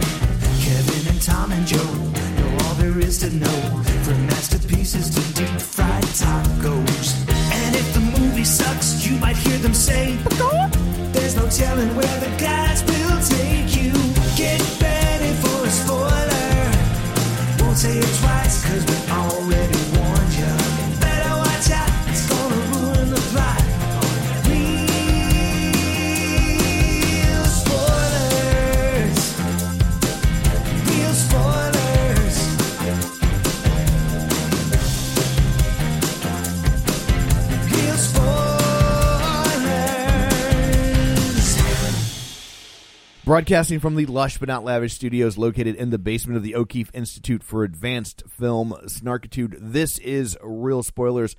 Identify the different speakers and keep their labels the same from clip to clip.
Speaker 1: Kevin and Tom and Joe know all there is to know. From masterpieces to deep fried tacos. And if the movie sucks, you might hear them say, There's no telling where the guys will take you. Get ready for a spoiler. Won't say it twice, cause we already warned you. Better watch out, it's gonna ruin the plot. Real spoilers. Real spoilers. Real spoilers.
Speaker 2: Broadcasting from the lush but not lavish studios located in the basement of the O'Keefe Institute for Advanced Film Snarkitude, this is Real Spoilers,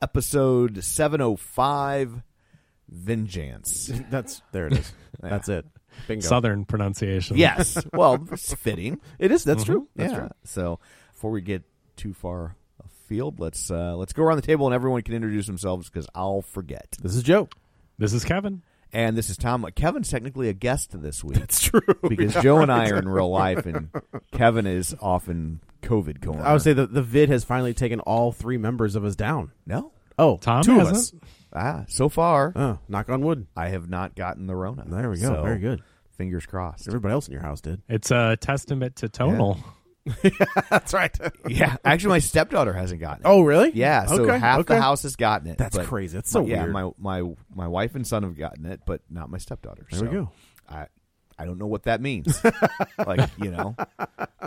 Speaker 2: episode 705 Vengeance.
Speaker 3: That's there it is. That's it. Bingo.
Speaker 4: Southern pronunciation.
Speaker 2: yes. Well, it's fitting. Mm-hmm.
Speaker 3: It is. That's true. That's
Speaker 2: yeah.
Speaker 3: true.
Speaker 2: So before we get too far afield, let's uh, let's go around the table and everyone can introduce themselves because I'll forget.
Speaker 3: This is Joe.
Speaker 4: This is Kevin.
Speaker 2: And this is Tom. Kevin's technically a guest this week. That's
Speaker 3: true.
Speaker 2: Because Joe and I are in real life, and Kevin is often COVID corner.
Speaker 3: I would say that the vid has finally taken all three members of us down.
Speaker 2: no.
Speaker 3: Oh,
Speaker 4: Tom
Speaker 3: two of us.
Speaker 4: hasn't?
Speaker 2: Ah, so far
Speaker 3: Oh, knock on wood.
Speaker 2: I have not gotten the Rona.
Speaker 3: There we go.
Speaker 2: So,
Speaker 3: Very good.
Speaker 2: Fingers crossed.
Speaker 3: Everybody else in your house did.
Speaker 4: It's a testament to tonal.
Speaker 3: That's right.
Speaker 2: yeah, actually, my stepdaughter hasn't gotten it.
Speaker 3: Oh, really?
Speaker 2: yeah. So
Speaker 3: Okay,
Speaker 2: half the
Speaker 3: okay.
Speaker 2: house has gotten it.
Speaker 3: That's
Speaker 2: but
Speaker 3: crazy. That's so
Speaker 2: my- yeah,
Speaker 3: weird.
Speaker 2: my my my wife and son have gotten it, but not my stepdaughter.
Speaker 3: There we
Speaker 2: So
Speaker 3: go.
Speaker 2: I I don't know what that means. like you know,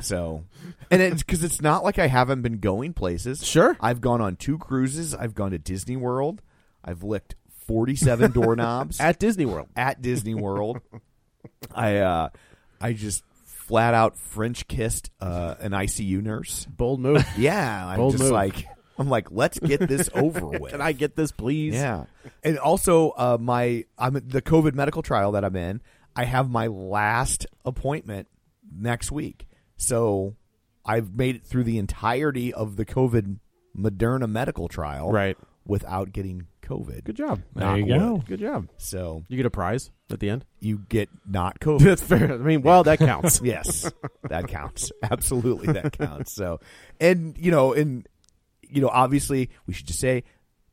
Speaker 2: so and it's because it's not like I haven't been going places.
Speaker 3: Sure.
Speaker 2: I've gone on two cruises. I've gone to Disney World. I've licked forty-seven doorknobs
Speaker 3: At Disney World.
Speaker 2: at Disney World. I uh, I just flat out French kissed uh, an ICU nurse.
Speaker 3: Bold move.
Speaker 2: Yeah, I'm
Speaker 3: Bold
Speaker 2: just
Speaker 3: move.
Speaker 2: like I'm like, let's get this over with.
Speaker 3: Can I get this, please?
Speaker 2: Yeah, and also uh, my I'm at the COVID medical trial that I'm in. I have my last appointment next week, so I've made it through the entirety of the COVID Moderna medical trial,
Speaker 3: Right.
Speaker 2: without getting COVID.
Speaker 3: Good job.
Speaker 4: There you
Speaker 3: Knock
Speaker 4: go.
Speaker 3: wood. Good job.
Speaker 2: So
Speaker 3: You get a prize at the end.
Speaker 2: you get not COVID.
Speaker 3: That's fair. I mean, well, that counts.
Speaker 2: yes, that counts. Absolutely, that counts. So, and you know, and you know, obviously, we should just say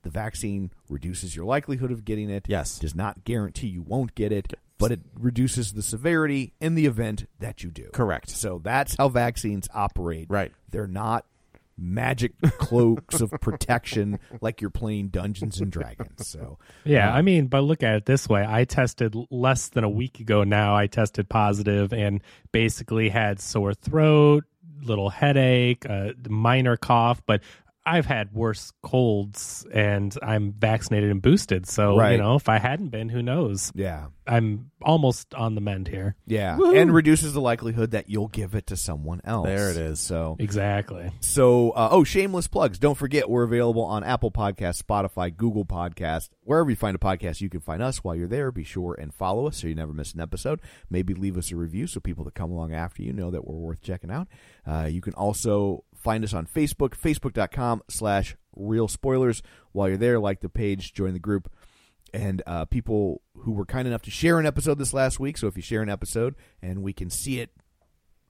Speaker 2: the vaccine reduces your likelihood of getting it.
Speaker 3: Yes.
Speaker 2: does not guarantee you won't get it, but it reduces the severity in the event that you do.
Speaker 3: Correct.
Speaker 2: So that's how vaccines operate.
Speaker 3: Right.
Speaker 2: They're not magic cloaks of protection like you're playing Dungeons and Dragons. So
Speaker 4: Yeah, I mean, but look at it this way. I tested l- less than a week ago now. I tested positive and basically had sore throat, little headache, a minor cough, but I've had worse colds and I'm vaccinated and boosted. So,
Speaker 2: Right.
Speaker 4: you know, if I hadn't been, who knows?
Speaker 2: yeah.
Speaker 4: I'm almost on the mend here.
Speaker 2: Yeah, and reduces the likelihood that you'll give it to someone else.
Speaker 3: There it is.
Speaker 2: So
Speaker 4: Exactly.
Speaker 2: So, uh, oh, shameless plugs. Don't forget, we're available on Apple Podcasts, Spotify, Google Podcasts. Wherever you find a podcast, you can find us while you're there. Be sure and follow us so you never miss an episode. Maybe leave us a review so people that come along after you know that we're worth checking out. Uh, you can also find us on Facebook, facebook.com slash real spoilers. While you're there, like the page, join the group and uh, people who were kind enough to share an episode this last week. So if you share an episode and we can see it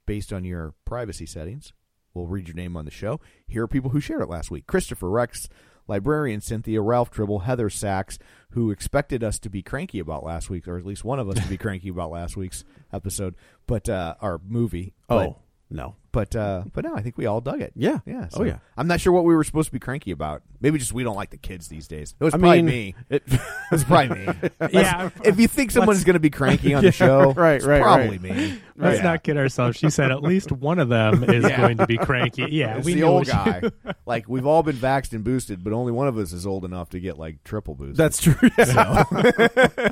Speaker 2: based on your privacy settings, we'll read your name on the show. Here are people who shared it last week Christopher Rex, Librarian Cynthia, Ralph Tribble, Heather Sachs, who expected us to be cranky about last week, or at least one of us to be cranky about last week's episode, but uh, our movie. But-
Speaker 3: Oh no.
Speaker 2: but uh, but no, I think we all dug it.
Speaker 3: Yeah.
Speaker 2: yeah.
Speaker 3: Oh, yeah.
Speaker 2: I'm not sure what we were supposed to be cranky about. Maybe just we don't like the kids these days. It was
Speaker 3: I
Speaker 2: probably
Speaker 3: mean,
Speaker 2: me. It
Speaker 3: it-
Speaker 2: was probably me.
Speaker 4: Yeah.
Speaker 2: if you think someone's going to be cranky on the show,
Speaker 3: right,
Speaker 2: it's
Speaker 3: right,
Speaker 2: probably
Speaker 3: right.
Speaker 2: me.
Speaker 4: Let's
Speaker 2: Yeah.
Speaker 4: not kid ourselves. She said at least one of them is going to be cranky. Yeah,
Speaker 2: It's
Speaker 4: we
Speaker 2: the
Speaker 4: knew
Speaker 2: old
Speaker 4: she-
Speaker 2: guy. like we've all been vaxxed and boosted, but only one of us is old enough to get like triple boosted.
Speaker 3: That's true.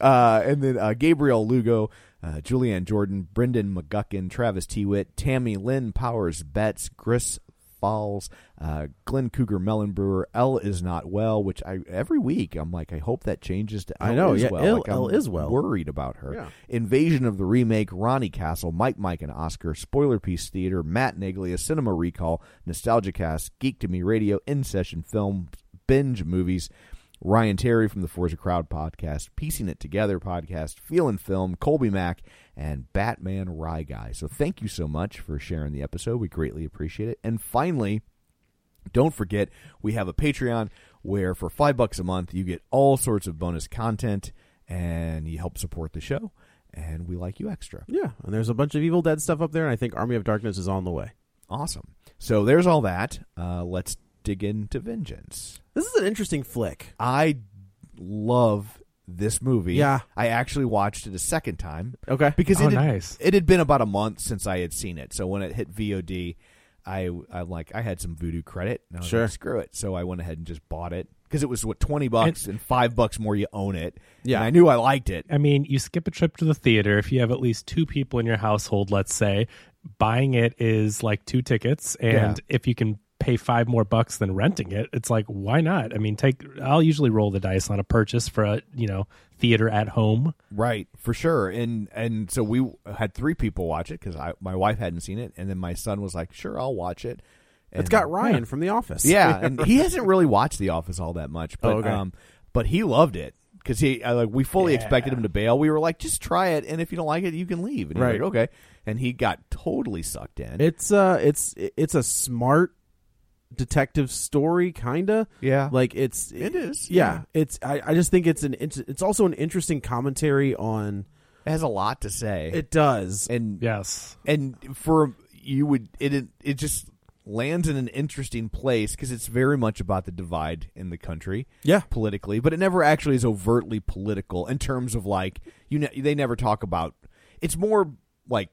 Speaker 2: Uh, and then uh, Gabriel Lugo, uh, Julianne Jordan, Brendan McGuckin, Travis Tewitt, Tammy Lynn Powers Betts, Chris Falls, uh, Glenn Cougar Mellenbrewer, L is not well, which I every week I'm like, I hope that changes to L
Speaker 3: I know,
Speaker 2: is
Speaker 3: yeah,
Speaker 2: well.
Speaker 3: L-
Speaker 2: Like, I'm
Speaker 3: L is well.
Speaker 2: Worried about her.
Speaker 3: Yeah.
Speaker 2: Invasion of the Remake, Ronnie Castle, Mike Mike and Oscar, Spoiler Piece Theater, Matt Naglia, Cinema Recall, Nostalgia Cast, Geek to Me Radio, In Session Film, Binge Movies, Ryan Terry from the Forza Crowd Podcast, Piecing It Together Podcast, Feelin' Film, Colby Mack, and Batman Rye Guy. So thank you so much for sharing the episode. We greatly appreciate it. And finally, don't forget, we have a Patreon where for five bucks a month, you get all sorts of bonus content and you help support the show. And we like you extra.
Speaker 3: yeah, and there's a bunch of Evil Dead stuff up there, and I think Army of Darkness is on the way.
Speaker 2: Awesome. So there's all that. Uh, let's dig into Vengeance.
Speaker 3: This is an interesting flick.
Speaker 2: I love this movie.
Speaker 3: Yeah.
Speaker 2: I actually watched it a second time.
Speaker 3: Okay.
Speaker 2: Because
Speaker 4: Oh,
Speaker 2: it, had,
Speaker 4: nice.
Speaker 2: it had been about a month since I had seen it. So when it hit VOD, I I like I had some voodoo credit. And I was
Speaker 3: Sure.
Speaker 2: like, screw it. So I went ahead and just bought it because it was what twenty bucks and, five bucks more you own it.
Speaker 3: Yeah.
Speaker 2: and I knew I liked it.
Speaker 4: I mean, you skip a trip to the theater if you have at least two people in your household, let's say. Buying it is like two tickets. And if you can pay five more bucks than renting it, it's like, why not? I mean, take, I'll usually roll the dice on a purchase for a, you know, theater at home.
Speaker 2: Right, for sure. And and so we had three people watch it because I my wife hadn't seen it, and then my son was like, "Sure, I'll watch it."
Speaker 3: It's
Speaker 2: And-
Speaker 3: got Ryan from The Office.
Speaker 2: Yeah, and he hasn't really watched The Office all that much, but
Speaker 3: Oh, okay.
Speaker 2: um, but he loved it because he I, like we fully expected him to bail. We were like, just try it, and if you don't like it, you can leave. And he was
Speaker 3: Right.
Speaker 2: like, okay. And he got totally sucked in.
Speaker 3: It's uh it's it's a smart detective story kinda.
Speaker 2: Yeah.
Speaker 3: Like it's
Speaker 2: It is,
Speaker 3: Yeah. It's I, I just think it's an it's, it's also an interesting commentary on
Speaker 2: it has a lot to say,
Speaker 3: it does.
Speaker 2: and
Speaker 4: Yes.
Speaker 2: and for you would it it, it just lands in an interesting place because it's very much about the divide in the country
Speaker 3: Yeah.
Speaker 2: politically but it never actually is overtly political in terms of like you know they never talk about it's more like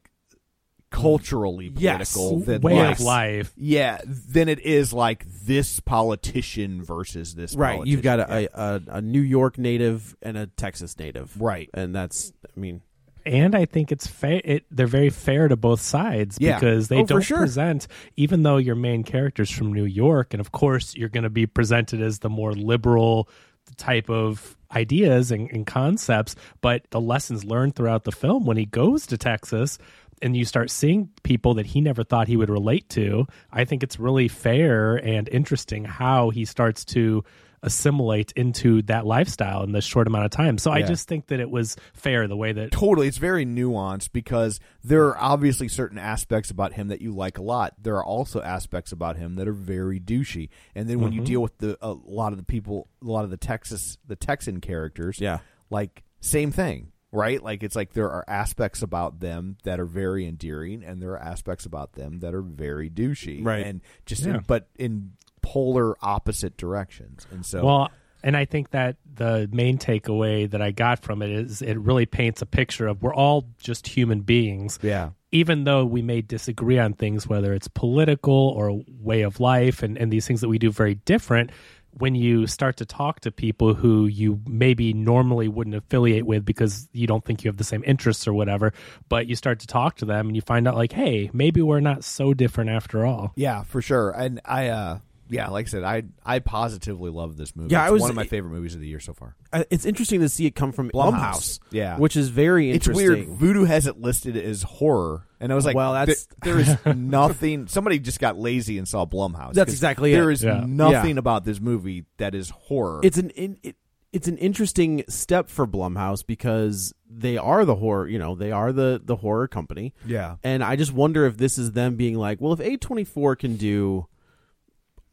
Speaker 2: culturally
Speaker 3: Yes.
Speaker 2: political than
Speaker 4: Way
Speaker 2: like,
Speaker 4: of life.
Speaker 2: yeah than it is like this politician versus this
Speaker 3: Right. You've got
Speaker 2: politician.
Speaker 3: a, a, a New York native and a Texas native.
Speaker 2: Right.
Speaker 3: And that's I mean
Speaker 4: and I think it's fair. It, they're very fair to both sides
Speaker 2: Yeah.
Speaker 4: because they
Speaker 3: Oh, for
Speaker 4: don't
Speaker 3: sure.
Speaker 4: present, even though your main character's from New York, and of course you're going to be presented as the more liberal type of ideas and, and concepts. But the lessons learned throughout the film when he goes to Texas and you start seeing people that he never thought he would relate to, I think it's really fair and interesting how he starts to assimilate into that lifestyle in this short amount of time. So I
Speaker 2: Yeah.
Speaker 4: just think that it was fair the way that
Speaker 2: totally it's very nuanced because there are obviously certain aspects about him that you like a lot there are also aspects about him that are very douchey and then when you deal with the a lot of the people a lot of the texas the texan characters
Speaker 3: Yeah.
Speaker 2: like same thing right like it's like there are aspects about them that are very endearing and there are aspects about them that are very douchey
Speaker 3: Right.
Speaker 2: and just
Speaker 4: Yeah.
Speaker 2: in, but in polar opposite directions and so
Speaker 4: Well, and I think that the main takeaway that I got from it is it really paints a picture of we're all just human beings.
Speaker 2: yeah
Speaker 4: Even though we may disagree on things, whether it's political or way of life and, and these things that we do very different, when you start to talk to people who you maybe normally wouldn't affiliate with because you don't think you have the same interests or whatever, but you start to talk to them and you find out, like, hey, maybe we're not so different after all.
Speaker 2: Yeah, for sure. And I uh yeah, like I said, I I positively love this movie.
Speaker 3: Yeah,
Speaker 2: it's
Speaker 3: I was-
Speaker 2: one of my favorite movies of the year so far.
Speaker 3: I- it's interesting to see it come from
Speaker 2: Blumhouse.
Speaker 3: Blumhouse.
Speaker 2: Yeah.
Speaker 3: Which is very
Speaker 2: It's
Speaker 3: interesting.
Speaker 2: weird. Voodoo has it listed as horror, and I was like,
Speaker 3: Well, that's-
Speaker 2: there there is nothing." Somebody just got lazy and saw Blumhouse.
Speaker 3: That's
Speaker 2: 'cause
Speaker 3: exactly
Speaker 2: There
Speaker 3: it.
Speaker 2: is
Speaker 4: Yeah.
Speaker 2: nothing about this movie that is horror.
Speaker 3: It's an in, it, it's an interesting step for Blumhouse because they are the horror, you know, they are the the horror company.
Speaker 2: Yeah.
Speaker 3: And I just wonder if this is them being like, well, if A24 can do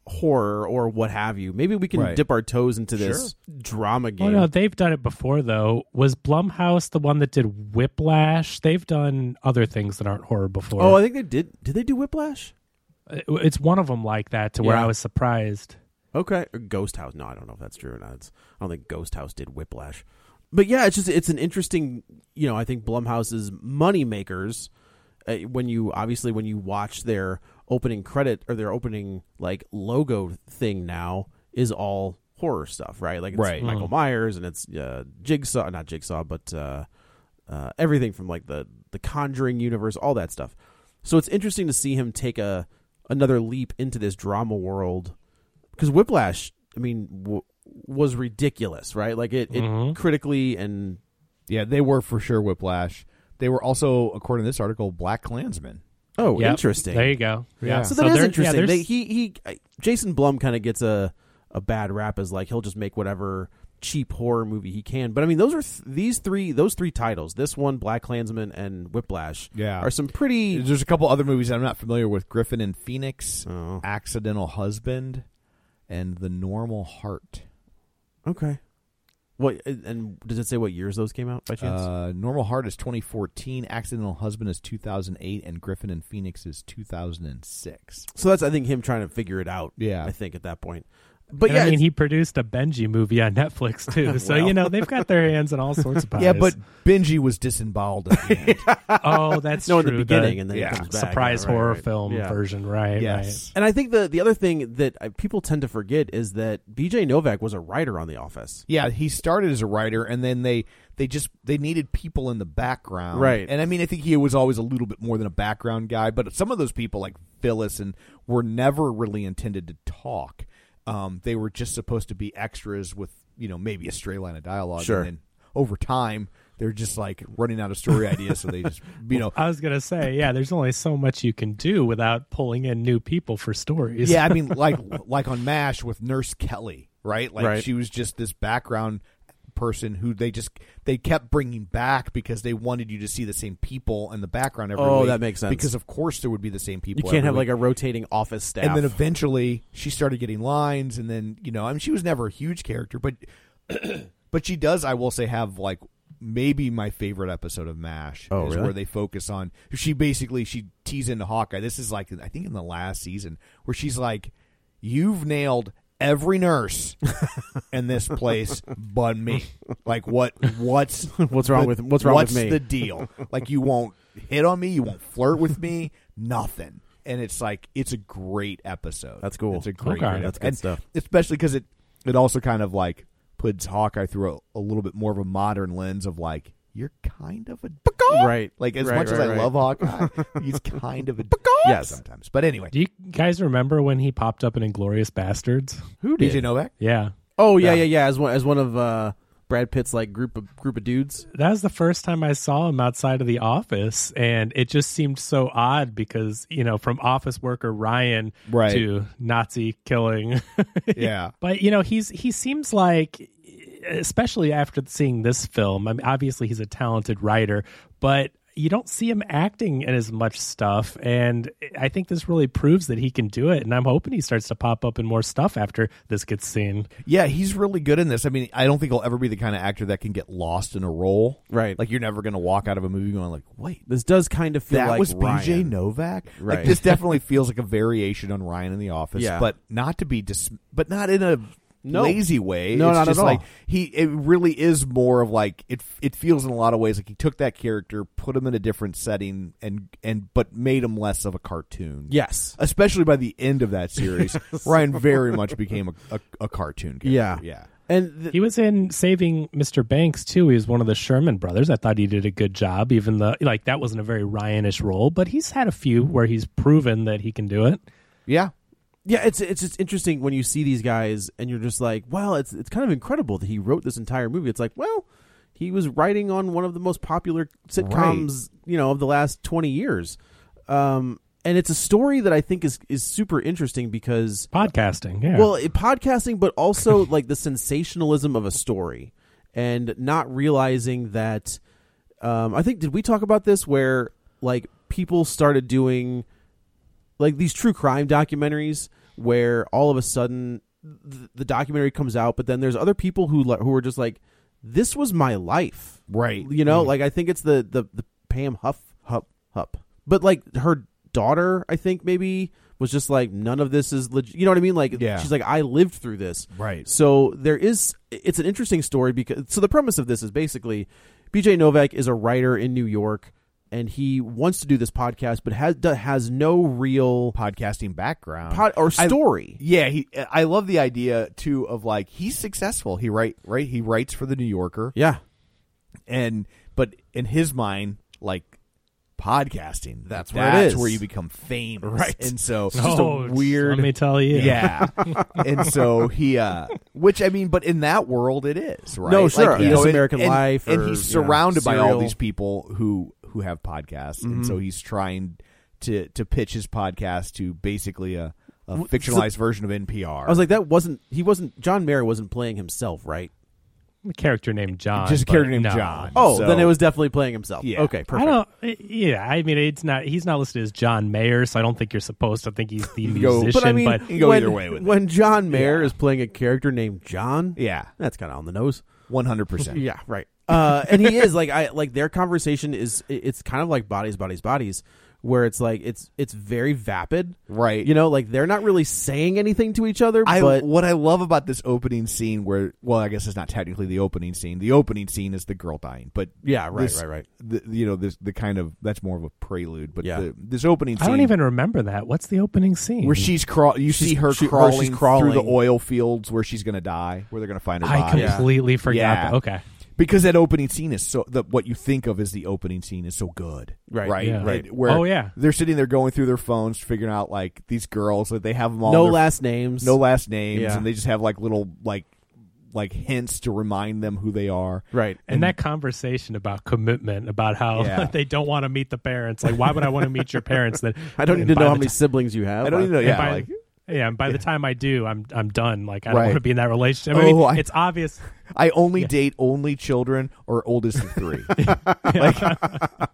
Speaker 3: horror or what have you, maybe we can
Speaker 2: Right.
Speaker 3: dip our toes into this drama game.
Speaker 4: Oh no, they've done it before though. Was Blumhouse the one that did Whiplash? They've done other things that aren't horror before.
Speaker 3: oh, I think they did. Did they do Whiplash?
Speaker 4: It- it's one of them like that to where
Speaker 3: Yeah.
Speaker 4: I was surprised.
Speaker 3: Okay, or Ghost House. No, I don't know if that's true or not. It's, I don't think Ghost House did Whiplash, but yeah, it's just it's an interesting. You know, I think Blumhouse's money makers. Uh, when you obviously when you watch their opening credit or their opening like logo thing now is all horror stuff, right? Like it's
Speaker 2: Right.
Speaker 3: Michael Myers and it's uh, Jigsaw, not Jigsaw, but uh, uh, everything from like the the Conjuring universe, all that stuff. So it's interesting to see him take a another leap into this drama world because Whiplash, I mean, w- was ridiculous, right? Like it, it
Speaker 4: Mm-hmm.
Speaker 3: critically and
Speaker 2: Yeah, they were for sure Whiplash. They were also, according to this article, Black Klansmen.
Speaker 3: oh,
Speaker 4: Yep.
Speaker 3: interesting.
Speaker 4: There you go. Yeah.
Speaker 3: So that is
Speaker 4: there- yeah,
Speaker 3: interesting.
Speaker 4: there's-
Speaker 3: they, he he, I- Jason Blum kind of gets a a bad rap as like he'll just make whatever cheap horror movie he can. But I mean, those are th- these three those three titles. This one, Black Klansman, and Whiplash,
Speaker 2: Yeah.
Speaker 3: are some pretty
Speaker 2: There's a couple other movies I'm not familiar with: Griffin and Phoenix,
Speaker 3: Oh.
Speaker 2: Accidental Husband, and The Normal Heart.
Speaker 3: okay. What and- and does it say what years those came out by chance?
Speaker 2: Uh, Normal Heart is 2014, Accidental Husband is 2008, and Griffin and Phoenix is 2006.
Speaker 3: so that's I think him trying to figure it out.
Speaker 2: Yeah.
Speaker 3: I think at that point. But
Speaker 4: and
Speaker 3: yeah,
Speaker 4: I mean,
Speaker 3: it's-
Speaker 4: he produced a Benji movie on Netflix too. So
Speaker 3: Well.
Speaker 4: you know they've got their hands in all sorts of pies.
Speaker 2: Yeah, but Benji was disemboweled. At the end.
Speaker 4: oh, that's
Speaker 3: no, in
Speaker 4: true.
Speaker 3: the beginning, and then
Speaker 2: yeah,
Speaker 3: he comes back.
Speaker 4: surprise
Speaker 3: Yeah, right,
Speaker 4: horror
Speaker 3: right.
Speaker 4: film
Speaker 3: Yeah.
Speaker 4: version, right?
Speaker 2: yes,
Speaker 3: And I think the the other thing that uh, people tend to forget is that B.J. Novak was a writer on The Office.
Speaker 2: yeah. He started as a writer, and then they they just they needed people in the background,
Speaker 3: Right.
Speaker 2: And I mean, I think he was always a little bit more than a background guy, but some of those people like Phyllis and were never really intended to talk. Um, they were just supposed to be extras with you know maybe a stray line of dialogue,
Speaker 3: Sure.
Speaker 2: And then over time, they're just like running out of story ideas, so they just you know
Speaker 4: I was gonna say, yeah. There's only so much you can do without pulling in new people for stories.
Speaker 2: Yeah, I mean, like like on Mash with Nurse Kelly, right? Like
Speaker 3: Right.
Speaker 2: she was just this background person who they just they kept bringing back because they wanted you to see the same people in the background every
Speaker 3: Oh,
Speaker 2: week
Speaker 3: that makes sense.
Speaker 2: Because of course there would be the same people.
Speaker 3: You can't have
Speaker 2: every
Speaker 3: like
Speaker 2: week.
Speaker 3: a rotating office staff.
Speaker 2: And then eventually she started getting lines, and then you know, I mean, she was never a huge character, but but she does, I will say, have like maybe my favorite episode of Mash
Speaker 3: Oh,
Speaker 2: is
Speaker 3: really?
Speaker 2: where they focus on she basically she tees into Hawkeye. This is like I think in the last season where she's like, "You've nailed." Every nurse in this place, but me. Like what? What's
Speaker 3: What's wrong
Speaker 2: the-
Speaker 3: with- what's wrong with me?
Speaker 2: What's the deal? Like you won't hit on me, you won't flirt with me, nothing. And it's like it's a great episode.
Speaker 3: That's cool.
Speaker 2: It's a great,
Speaker 4: Okay.
Speaker 2: great
Speaker 3: That's
Speaker 2: episode.
Speaker 3: good
Speaker 2: And
Speaker 3: stuff.
Speaker 2: Especially because it it also kind of like puts Hawkeye through a, a little bit more of a modern lens of like you're kind of a
Speaker 3: Right.
Speaker 2: Like as
Speaker 3: Right,
Speaker 2: much as
Speaker 3: right,
Speaker 2: I
Speaker 3: right.
Speaker 2: love Hawkeye, he's kind of a yeah sometimes. But anyway,
Speaker 4: Do you guys remember when he popped up in Inglorious Bastards?
Speaker 3: who
Speaker 2: did you know that?
Speaker 4: Yeah.
Speaker 3: Oh yeah, yeah, yeah. As one as one of uh, Brad Pitt's like group of group of dudes.
Speaker 4: That was the first time I saw him outside of the office, and it just seemed so odd because you know, from office worker Ryan
Speaker 2: Right.
Speaker 4: to Nazi killing.
Speaker 2: Yeah.
Speaker 4: but you know, he's he seems like, especially after seeing this film. I mean, obviously he's a talented writer, but you don't see him acting in as much stuff, and I think this really proves that he can do it. And I'm hoping he starts to pop up in more stuff after this gets seen.
Speaker 2: Yeah, he's really good in this. I mean, I don't think he'll ever be the kind of actor that can get lost in a role.
Speaker 3: Right.
Speaker 2: Like you're never going to walk out of a movie going like, "Wait,
Speaker 3: This does kind of feel
Speaker 2: that
Speaker 3: like
Speaker 2: was BJ
Speaker 3: Ryan.
Speaker 2: Novak.
Speaker 3: Right.
Speaker 2: Like this definitely feels like a variation on Ryan in the Office,
Speaker 3: Yeah.
Speaker 2: but not to be dis- but not in a
Speaker 3: No.
Speaker 2: lazy way.
Speaker 3: No,
Speaker 2: it's
Speaker 3: not at
Speaker 2: just
Speaker 3: all.
Speaker 2: like he it really is more of like it it feels in a lot of ways like he took that character, put him in a different setting and and but made him less of a cartoon.
Speaker 3: Yes.
Speaker 2: Especially by the end of that series, Ryan very much became a, a, a cartoon character.
Speaker 3: Yeah.
Speaker 2: Yeah.
Speaker 3: And th-
Speaker 4: He was in Saving Mr. Banks too. He was one of the Sherman brothers. I thought he did a good job, even though like that wasn't a very Ryanish role, but he's had a few where he's proven that he can do it.
Speaker 2: Yeah.
Speaker 3: yeah, it's it's just interesting when you see these guys and you're just like, wow, it's it's kind of incredible that he wrote this entire movie. It's like, well, he was writing on one of the most popular sitcoms, you know, of the last twenty years. Um, and it's a story that I think is is super interesting because
Speaker 4: Podcasting. Yeah.
Speaker 3: well, it, podcasting, but also like the sensationalism of a story, and not realizing that. Um, I think did we talk about this where like people started doing like these true crime documentaries where all of a sudden th- the documentary comes out, but then there's other people who li- who are just like, this was my life,
Speaker 2: Right.
Speaker 3: You know, like I think it's the the, the Pam Huff Huff Huff, but like her daughter, I think maybe was just like none of this is legit. You know what I mean? Like
Speaker 2: Yeah.
Speaker 3: she's like I lived through this,
Speaker 2: Right.
Speaker 3: So there is it's an interesting story because so the premise of this is basically BJ Novak is a writer in New York. And he wants to do this podcast, but has has no real
Speaker 2: podcasting background
Speaker 3: pod or
Speaker 2: I-
Speaker 3: story.
Speaker 2: yeah, he. I love the idea too of like he's successful. He write right. He writes for the New Yorker,
Speaker 3: yeah.
Speaker 2: and but in his mind, like podcasting.
Speaker 3: That's where it
Speaker 2: that's
Speaker 3: is.
Speaker 2: where you become famous,
Speaker 3: Right.
Speaker 2: And so
Speaker 4: oh, Let me tell you.
Speaker 2: Yeah. and so he uh which I mean, but in that world it is, right?
Speaker 3: No, sure.
Speaker 2: you
Speaker 3: Yeah.
Speaker 2: know,
Speaker 3: It's
Speaker 2: and-
Speaker 3: American
Speaker 2: and-
Speaker 3: Life
Speaker 2: And
Speaker 3: or,
Speaker 2: he's
Speaker 3: you know,
Speaker 2: surrounded by all
Speaker 3: Serial. Mm-hmm.
Speaker 2: these people who who have podcasts. And so he's trying to to pitch his podcast to basically a, a
Speaker 3: W-
Speaker 2: fictionalized version of NPR.
Speaker 3: I was like, that wasn't he wasn't John Mayer wasn't playing himself, right?
Speaker 4: A character named John.
Speaker 2: just a
Speaker 4: but
Speaker 2: character named
Speaker 4: no.
Speaker 2: John.
Speaker 3: Oh,
Speaker 2: So-
Speaker 3: then it was definitely playing himself.
Speaker 2: Yeah.
Speaker 3: Okay,
Speaker 4: I
Speaker 3: perfect.
Speaker 4: don't. eh, Yeah, I mean, it's not. He's not listed as John Mayer, so I don't think you're supposed to think he's the
Speaker 2: can go-
Speaker 4: musician.
Speaker 3: but I mean,
Speaker 2: you can go
Speaker 3: when,
Speaker 2: either way with it.
Speaker 3: when John Mayer is playing a character named John,
Speaker 2: Yeah.
Speaker 3: that's kind of on the nose.
Speaker 2: One hundred percent.
Speaker 3: Yeah, right. Uh, and he is like I like their conversation is it- it's kind of like bodies, bodies, bodies, where it's like it's it's very vapid,
Speaker 2: Right.
Speaker 3: You know, like they're not really saying anything to each other,
Speaker 2: I
Speaker 3: but
Speaker 2: what I love about this opening scene where well I guess it's not technically the opening scene. The opening scene is the girl dying, but
Speaker 3: Yeah, right,
Speaker 2: this-
Speaker 3: right, right.
Speaker 2: The, you know this the kind of that's more of a prelude, but
Speaker 3: Yeah.
Speaker 2: the, this opening scene
Speaker 4: I don't even remember that. What's the opening scene?
Speaker 2: where she's crawl you see her
Speaker 3: she- where
Speaker 2: crawling,
Speaker 3: she's crawling.
Speaker 2: through the oil fields where she's going to die, where they're going to find her
Speaker 4: I
Speaker 2: body.
Speaker 4: completely forgot.
Speaker 2: Yeah.
Speaker 4: That. Okay.
Speaker 2: Because that opening scene is so the, what you think of as the opening scene is so good,
Speaker 3: Right,
Speaker 2: Right,
Speaker 4: yeah.
Speaker 2: right.
Speaker 4: Right.
Speaker 2: Where
Speaker 4: Oh, yeah.
Speaker 2: they're sitting there going through their phones, figuring out like these girls that they have them all
Speaker 3: no
Speaker 2: their-
Speaker 3: last names,
Speaker 2: no last names,
Speaker 3: Yeah.
Speaker 2: and they just have like little like like hints to remind them who they are.
Speaker 3: right.
Speaker 4: And that conversation about commitment, about how
Speaker 2: Yeah.
Speaker 4: they don't want to meet the parents. Like, why would I want to meet your parents? That
Speaker 3: I don't
Speaker 4: and
Speaker 3: need to
Speaker 4: by
Speaker 3: know
Speaker 4: the
Speaker 3: how many
Speaker 4: ti-
Speaker 3: siblings you have.
Speaker 2: I don't even know.
Speaker 4: and
Speaker 2: Yeah,
Speaker 4: by-
Speaker 2: like
Speaker 4: yeah, and by the time I do, I'm I'm done. Like, I
Speaker 2: Right.
Speaker 4: don't want to be in that relationship. I mean,
Speaker 2: Oh, I-
Speaker 4: it's obvious.
Speaker 2: I only date only children or oldest of three. like,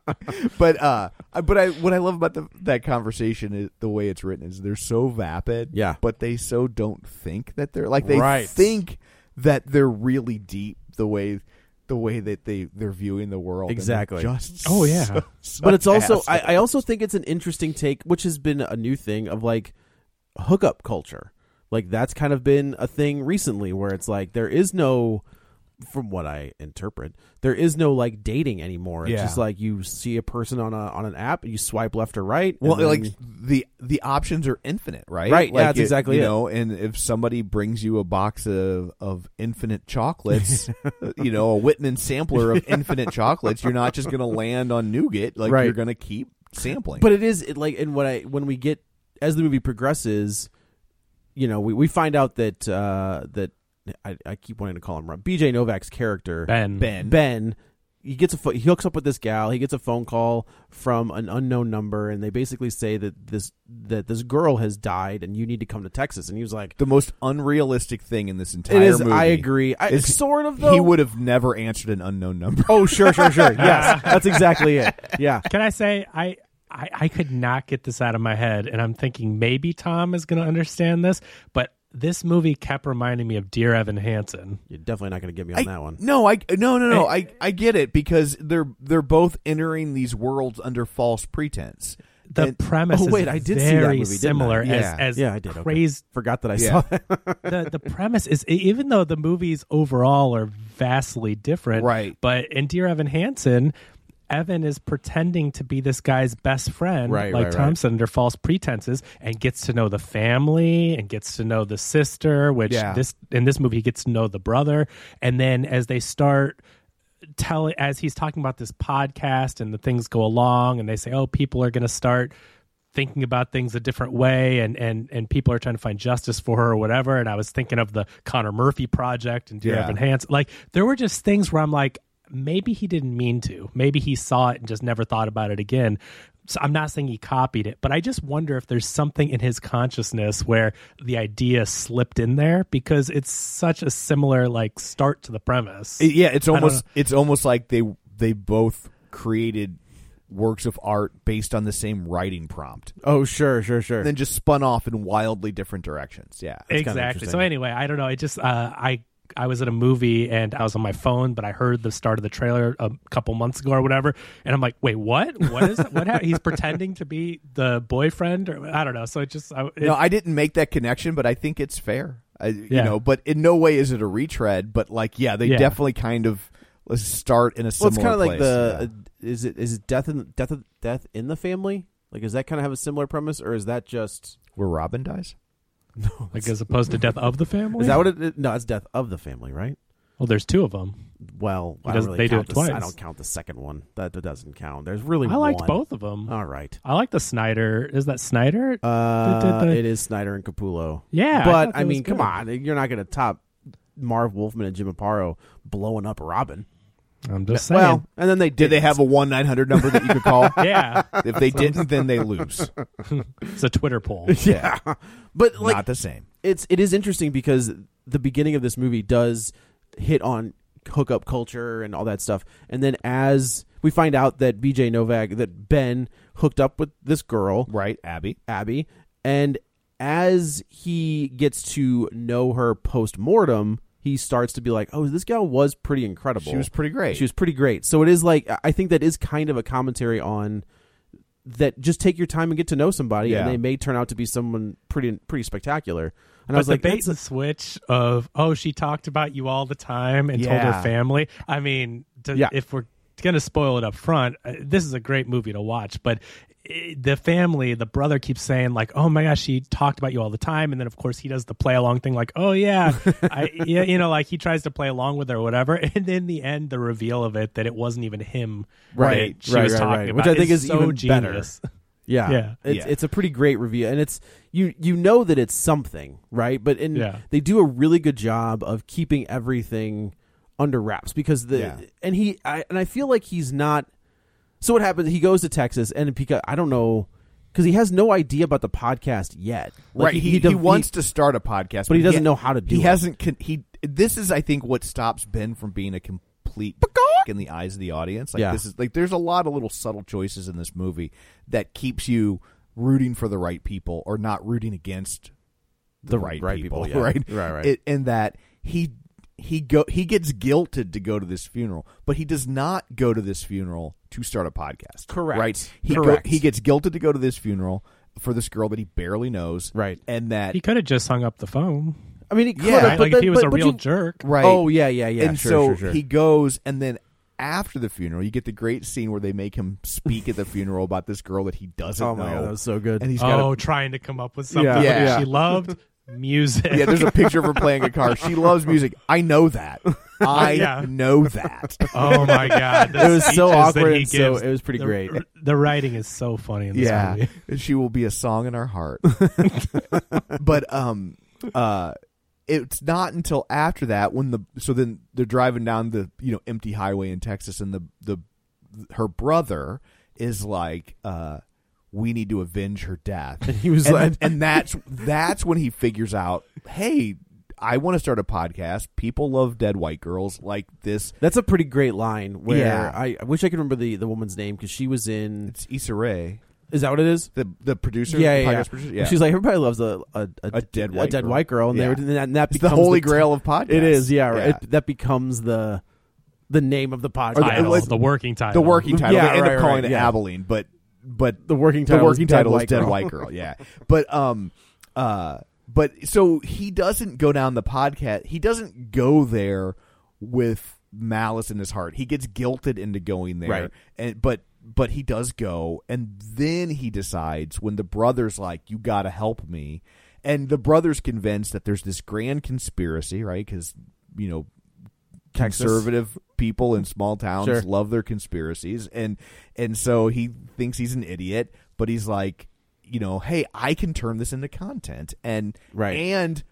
Speaker 2: but uh, I- but I what I love about the, that conversation is the way it's written is they're so vapid.
Speaker 3: Yeah.
Speaker 2: but they so don't think that they're like they
Speaker 3: Right.
Speaker 2: think that they're really deep the way the way that they they're viewing the world and they're
Speaker 3: Exactly.
Speaker 2: just
Speaker 4: Oh, yeah.
Speaker 2: so- so
Speaker 3: but it's also I,
Speaker 2: passive.
Speaker 3: I also think it's an interesting take which has been a new thing of like hookup culture like that's kind of been a thing recently where it's like there is no from what i interpret there is no like dating anymore it's
Speaker 2: Yeah.
Speaker 3: just like you see a person on a on an app and you swipe left or right and
Speaker 2: Well,
Speaker 3: then-
Speaker 2: like the the options are infinite, right?
Speaker 3: Right, yeah,
Speaker 2: Like,
Speaker 3: that's exactly
Speaker 2: you
Speaker 3: it.
Speaker 2: know. And if somebody brings you a box of of infinite chocolates, you know, a Whitman sampler of infinite chocolates, you're not just going to land on nougat. Like
Speaker 3: Right.
Speaker 2: you're going to keep sampling.
Speaker 3: But it is it, like, and what I when we get as the movie progresses, you know, we, we find out that uh that I, I keep wanting to call him Ron. B.J. Novak's character
Speaker 4: Ben.
Speaker 3: Ben Ben. He gets a pho- he hooks up with this gal. He gets a phone call from an unknown number, and they basically say that this that this girl has died, and you need to come to Texas. And he was like,
Speaker 2: the most unrealistic thing in this entire
Speaker 3: "It is.
Speaker 2: movie.
Speaker 3: I agree. I,
Speaker 2: is
Speaker 3: sort of though.
Speaker 2: He would have never answered an unknown number.
Speaker 3: Oh, sure, sure, sure. yes, that's exactly it. Yeah,
Speaker 4: Can I say I, I I could not get this out of my head, and I'm thinking maybe Tom is going to understand this, but this movie kept reminding me of Dear Evan Hansen.
Speaker 3: you're definitely not going to get me on
Speaker 2: I-
Speaker 3: that one.
Speaker 2: No, I no no no. I I get it because they're they're both entering these worlds under false pretense.
Speaker 4: The
Speaker 2: And-
Speaker 4: premise
Speaker 3: oh, wait,
Speaker 4: is
Speaker 3: I did see that
Speaker 4: very
Speaker 3: movie, didn't I?
Speaker 4: similar
Speaker 2: Yeah.
Speaker 4: as as
Speaker 3: yeah, I did. Okay.
Speaker 4: crazed
Speaker 3: Forgot that I
Speaker 2: Yeah.
Speaker 3: saw that.
Speaker 4: the the premise is e, even though the movies overall are vastly different,
Speaker 2: Right.
Speaker 4: But in Dear Evan Hansen, Evan is pretending to be this guy's best friend,
Speaker 3: Right,
Speaker 4: like
Speaker 3: right, right.
Speaker 4: Tom said, under false pretenses, and gets to know the family and gets to know the sister, which
Speaker 2: Yeah.
Speaker 4: this in this movie he gets to know the brother, and then as they start tell as he's talking about this podcast and the things go along and they say oh people are going to start thinking about things a different way and and and people are trying to find justice for her or whatever and i was thinking of the connor murphy project and dear
Speaker 2: Yeah.
Speaker 4: evan hansen like there were just things where i'm like maybe he didn't mean to. Maybe he saw it and just never thought about it again. So I'm not saying he copied it, but I just wonder if there's something in his consciousness where the idea slipped in there because it's such a similar like start to the premise.
Speaker 2: It- yeah, it's
Speaker 4: I don't
Speaker 2: almost it's almost like they they both created works of art based on the same writing prompt,
Speaker 3: Oh, sure, sure, sure.
Speaker 2: and then just spun off in wildly different directions. Yeah,
Speaker 3: kinda
Speaker 4: exactly. So
Speaker 3: interesting.
Speaker 4: anyway, I don't know. It just uh, I I was at a movie and I was on my phone, but I heard the start of the trailer a couple months ago or whatever, and I'm like, wait, what? What is what? hap- He's pretending to be the boyfriend, or I don't know. So it just I, it-
Speaker 2: no, I didn't make that connection, but I think it's fair. I, You
Speaker 4: Yeah.
Speaker 2: know, but in no way is it a retread. But like, yeah, they
Speaker 4: Yeah.
Speaker 2: definitely kind of let's start in a
Speaker 3: well,
Speaker 2: similar.
Speaker 3: it's kind of like
Speaker 2: place.
Speaker 3: the
Speaker 2: Yeah.
Speaker 3: uh, is it is it death in death of- death in the family? Like, does that kind of have a similar premise, or is that just
Speaker 2: where Robin dies.
Speaker 3: no?
Speaker 4: like as opposed to death of the family.
Speaker 3: Is that what it? No, it's death of the family, right?
Speaker 4: well, there's two of them.
Speaker 3: Well, I
Speaker 4: Because
Speaker 3: don't really
Speaker 4: they do
Speaker 3: count
Speaker 4: it
Speaker 3: the s- I
Speaker 4: twice.
Speaker 3: don't count the second one. That, that doesn't count. There's really
Speaker 4: I liked
Speaker 3: one.
Speaker 4: both of them.
Speaker 3: All right.
Speaker 4: I like the Snyder. Is that Snyder?
Speaker 3: Uh,
Speaker 4: da- da.
Speaker 3: it is Snyder and Capullo.
Speaker 4: Yeah, I
Speaker 3: but
Speaker 4: thought
Speaker 3: I,
Speaker 4: that was
Speaker 3: mean,
Speaker 4: good.
Speaker 3: come on, you're not going to top Marv Wolfman and Jim Aparo blowing up Robin.
Speaker 4: I'm just saying.
Speaker 3: Well, and then they
Speaker 2: Did they have a one nine hundred number that you could call?
Speaker 4: yeah,
Speaker 2: If they didn't, then they lose.
Speaker 4: it's a Twitter poll.
Speaker 2: Yeah,
Speaker 3: But like,
Speaker 2: not the same.
Speaker 3: it's it is interesting because the beginning of this movie does hit on hookup culture and all that stuff, and then as we find out that BJ Novak that Ben hooked up with this girl,
Speaker 2: Right, Abby.
Speaker 3: Abby, and as he gets to know her post mortem, he starts to be like, "Oh, this gal was pretty incredible.
Speaker 2: She was pretty great.
Speaker 3: She was pretty great." So it is like I- I think that is kind of a commentary on that. Just take your time and get to know somebody,
Speaker 2: Yeah.
Speaker 3: and they may turn out to be someone pretty pretty spectacular. And
Speaker 4: But
Speaker 3: I was
Speaker 4: the
Speaker 3: like,
Speaker 4: bait
Speaker 3: "That's
Speaker 4: and switch of oh she talked about you all the time and told
Speaker 2: Yeah.
Speaker 4: her family. I mean, to,
Speaker 3: Yeah.
Speaker 4: if we're gonna spoil it up front, uh, this is a great movie to watch. But eh, the family, the brother keeps saying like, oh my gosh, she talked about you all the time, and then of course he does the play along thing like, oh yeah, I, yeah, you know, like he tries to play along with her or whatever, and in the end, the reveal of it that it wasn't even him, that
Speaker 3: Right,
Speaker 4: She
Speaker 3: right,
Speaker 4: was
Speaker 3: right,
Speaker 4: talking
Speaker 3: right.
Speaker 4: about,
Speaker 3: Which I think is
Speaker 4: so
Speaker 3: even better.
Speaker 4: genius.
Speaker 3: Yeah,
Speaker 4: Yeah.
Speaker 3: It's,
Speaker 2: Yeah.
Speaker 3: it's a pretty great review, and it's you you know that it's something, right? But and
Speaker 4: Yeah.
Speaker 3: they do a really good job of keeping everything under wraps because the
Speaker 2: Yeah.
Speaker 3: and he I, and I feel like he's not. So what happens? He goes to Texas, and because I don't know, because he has no idea about the podcast yet. Like,
Speaker 2: right. He, he,
Speaker 3: dev-
Speaker 2: wants to start a podcast,
Speaker 3: but he doesn't know how to do
Speaker 2: He
Speaker 3: it.
Speaker 2: hasn't. Con- he. This is, I think, what stops Ben from being a complete in the eyes of the audience. Like
Speaker 3: Yeah.
Speaker 2: this is like there's a lot of little subtle choices in this movie that keeps you rooting for the right people or not rooting against the, right, people,
Speaker 3: yeah.
Speaker 2: right?
Speaker 3: Right, right.
Speaker 2: It, and that he he go he gets guilted to go to this funeral, but he does not go to this funeral to start a podcast.
Speaker 3: Correct.
Speaker 2: Right. He
Speaker 3: Correct.
Speaker 2: Go, he gets guilted to go to this funeral for this girl that he barely knows.
Speaker 3: Right.
Speaker 2: And that
Speaker 4: He could have just hung up the phone.
Speaker 3: I mean, he
Speaker 2: Yeah,
Speaker 3: could have,
Speaker 2: right,
Speaker 3: but
Speaker 4: like
Speaker 3: then,
Speaker 4: if he was
Speaker 3: but-
Speaker 4: a
Speaker 3: but
Speaker 4: real
Speaker 3: you-
Speaker 4: jerk.
Speaker 2: right.
Speaker 3: Oh yeah, yeah, yeah.
Speaker 2: and
Speaker 3: sure,
Speaker 2: so
Speaker 3: sure, sure.
Speaker 2: he goes, and then after the funeral, you get the great scene where they make him speak at the funeral about this girl that he doesn't
Speaker 3: oh
Speaker 2: know.
Speaker 3: my god, that was so good.
Speaker 2: and he's got
Speaker 4: oh,
Speaker 2: a,
Speaker 4: trying to come up with something
Speaker 3: Yeah.
Speaker 4: that
Speaker 2: Yeah.
Speaker 4: she loved music.
Speaker 2: yeah. There's a picture of her playing a guitar. She loves music. I know that.
Speaker 3: Uh,
Speaker 2: I
Speaker 4: Yeah.
Speaker 2: know that.
Speaker 4: oh my god, the
Speaker 3: It was so
Speaker 4: speeches that
Speaker 3: awkward
Speaker 4: he
Speaker 3: and so-
Speaker 4: gives,
Speaker 3: it was pretty
Speaker 4: the-
Speaker 3: great.
Speaker 4: The writing is so funny in this
Speaker 2: yeah,
Speaker 4: movie.
Speaker 2: and she will be a song in our heart. but um, uh, it's not until after that when the so then they're driving down the you know empty highway in Texas, and the the her brother is like, uh, we need to avenge her death.
Speaker 3: He was
Speaker 2: and,
Speaker 3: like-
Speaker 2: and that's that's when he figures out, hey. I want to start a podcast. People love dead white girls like this.
Speaker 3: That's a pretty great line. Where
Speaker 2: Yeah.
Speaker 3: I, I wish I could remember the, the woman's name because she was in.
Speaker 2: It's Issa Rae,
Speaker 3: Is that what it is?
Speaker 2: the the producer,
Speaker 3: yeah,
Speaker 2: the
Speaker 3: yeah, yeah.
Speaker 2: podcast producer. Yeah.
Speaker 3: She's like everybody loves a a,
Speaker 2: A dead white girl.
Speaker 3: and
Speaker 2: Yeah.
Speaker 3: they were, and that, and that
Speaker 2: It's the
Speaker 3: becomes
Speaker 2: holy
Speaker 3: t-
Speaker 2: grail of podcasts.
Speaker 3: It is, yeah. Right.
Speaker 2: Yeah. Oh,
Speaker 3: It, that becomes the the name of the podcast.
Speaker 2: the-
Speaker 4: Title,
Speaker 2: it was-
Speaker 4: the working title.
Speaker 2: the working title.
Speaker 3: Yeah,
Speaker 2: they end
Speaker 3: right,
Speaker 2: up calling
Speaker 3: right,
Speaker 2: it
Speaker 3: yeah.
Speaker 2: Abilene, but but
Speaker 3: The working
Speaker 2: the
Speaker 3: title
Speaker 2: working
Speaker 3: is Dead
Speaker 2: title is
Speaker 3: White
Speaker 2: Dead
Speaker 3: Girl.
Speaker 2: White Girl. Yeah, but um, uh, but so he doesn't go down the podcast. He doesn't go there with malice in his heart. He gets guilted into going there,
Speaker 3: Right.
Speaker 2: and but but he does go, and then he decides when the brother's like, "You got to help me," and the brother's convinced that there's this grand conspiracy, right? Because you know
Speaker 3: Texas.
Speaker 2: conservative people in small towns
Speaker 3: Sure.
Speaker 2: love their conspiracies and and so he thinks he's an idiot but he's like you know hey i can turn this into content and
Speaker 3: Right.
Speaker 2: and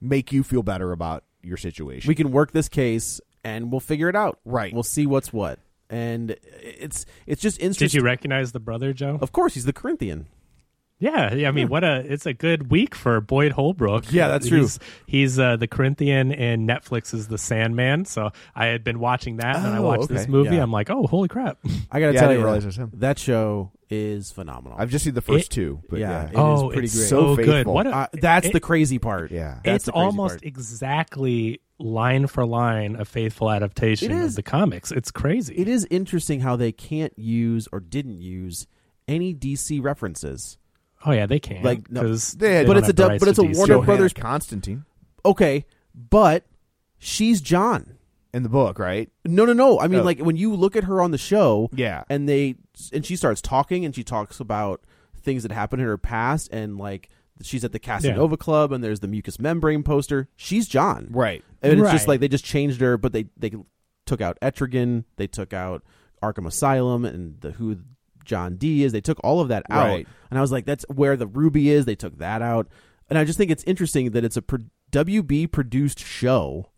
Speaker 2: make you feel better about your situation
Speaker 3: We can work this case, and we'll figure it out.
Speaker 2: Right.
Speaker 3: We'll see what's what. And it's it's just interesting.
Speaker 4: Did you recognize the brother, Joe?
Speaker 3: of course, he's the Corinthian.
Speaker 4: Yeah, yeah, I mean, what a it's a good week for Boyd Holbrook.
Speaker 3: Yeah, that's true.
Speaker 4: He's, he's uh, the Corinthian, and Netflix is the Sandman. So I had been watching that, and I
Speaker 2: Oh,
Speaker 4: watched this
Speaker 2: okay,
Speaker 4: movie.
Speaker 3: yeah.
Speaker 4: I'm like, oh, holy crap!
Speaker 3: I gotta
Speaker 2: Yeah, I
Speaker 3: tell
Speaker 2: didn't
Speaker 3: you,
Speaker 2: realize it was him.
Speaker 3: that show is phenomenal.
Speaker 2: I've just seen the first
Speaker 4: It-
Speaker 2: two, but
Speaker 3: yeah,
Speaker 2: yeah,
Speaker 3: it is
Speaker 4: oh,
Speaker 3: pretty
Speaker 4: it's
Speaker 3: great.
Speaker 4: so
Speaker 2: So
Speaker 4: good.
Speaker 2: faithful.
Speaker 4: What a,
Speaker 3: uh, that's
Speaker 4: it-
Speaker 3: the crazy part.
Speaker 2: Yeah.
Speaker 3: That's
Speaker 4: it's
Speaker 3: the crazy
Speaker 4: almost
Speaker 3: part.
Speaker 4: exactly line for line a faithful adaptation
Speaker 3: It
Speaker 4: of
Speaker 3: is.
Speaker 4: the comics. It's crazy.
Speaker 3: it is interesting how they can't use or didn't use any DC references.
Speaker 4: Oh yeah, they can.
Speaker 3: Like, no,
Speaker 4: 'cause
Speaker 2: they had-
Speaker 4: they
Speaker 2: but
Speaker 4: don't
Speaker 3: it's
Speaker 4: have
Speaker 3: a
Speaker 4: the
Speaker 3: dub-
Speaker 4: rights
Speaker 3: but
Speaker 4: to
Speaker 3: it's a
Speaker 4: DC.
Speaker 3: Warner
Speaker 2: Johanna
Speaker 3: Brothers-
Speaker 2: Constantine
Speaker 3: Okay, but she's John.
Speaker 2: in the book, right?
Speaker 3: No, no, no. I mean,
Speaker 2: Oh.
Speaker 3: like when you look at her on the show,
Speaker 2: Yeah.
Speaker 3: and they and she starts talking and she talks about things that happened in her past and like she's at the Casanova Club and there's the mucous membrane poster. She's John,
Speaker 2: Right.
Speaker 3: And it's just
Speaker 4: Right.
Speaker 3: like they just changed her, but they they took out Etrigan, they took out Arkham Asylum, and the who John D is. They took all of that out,
Speaker 2: Right.
Speaker 3: and I was like, that's where the Ruby is. They took that out, and I just think it's interesting that it's a pro- WB produced show,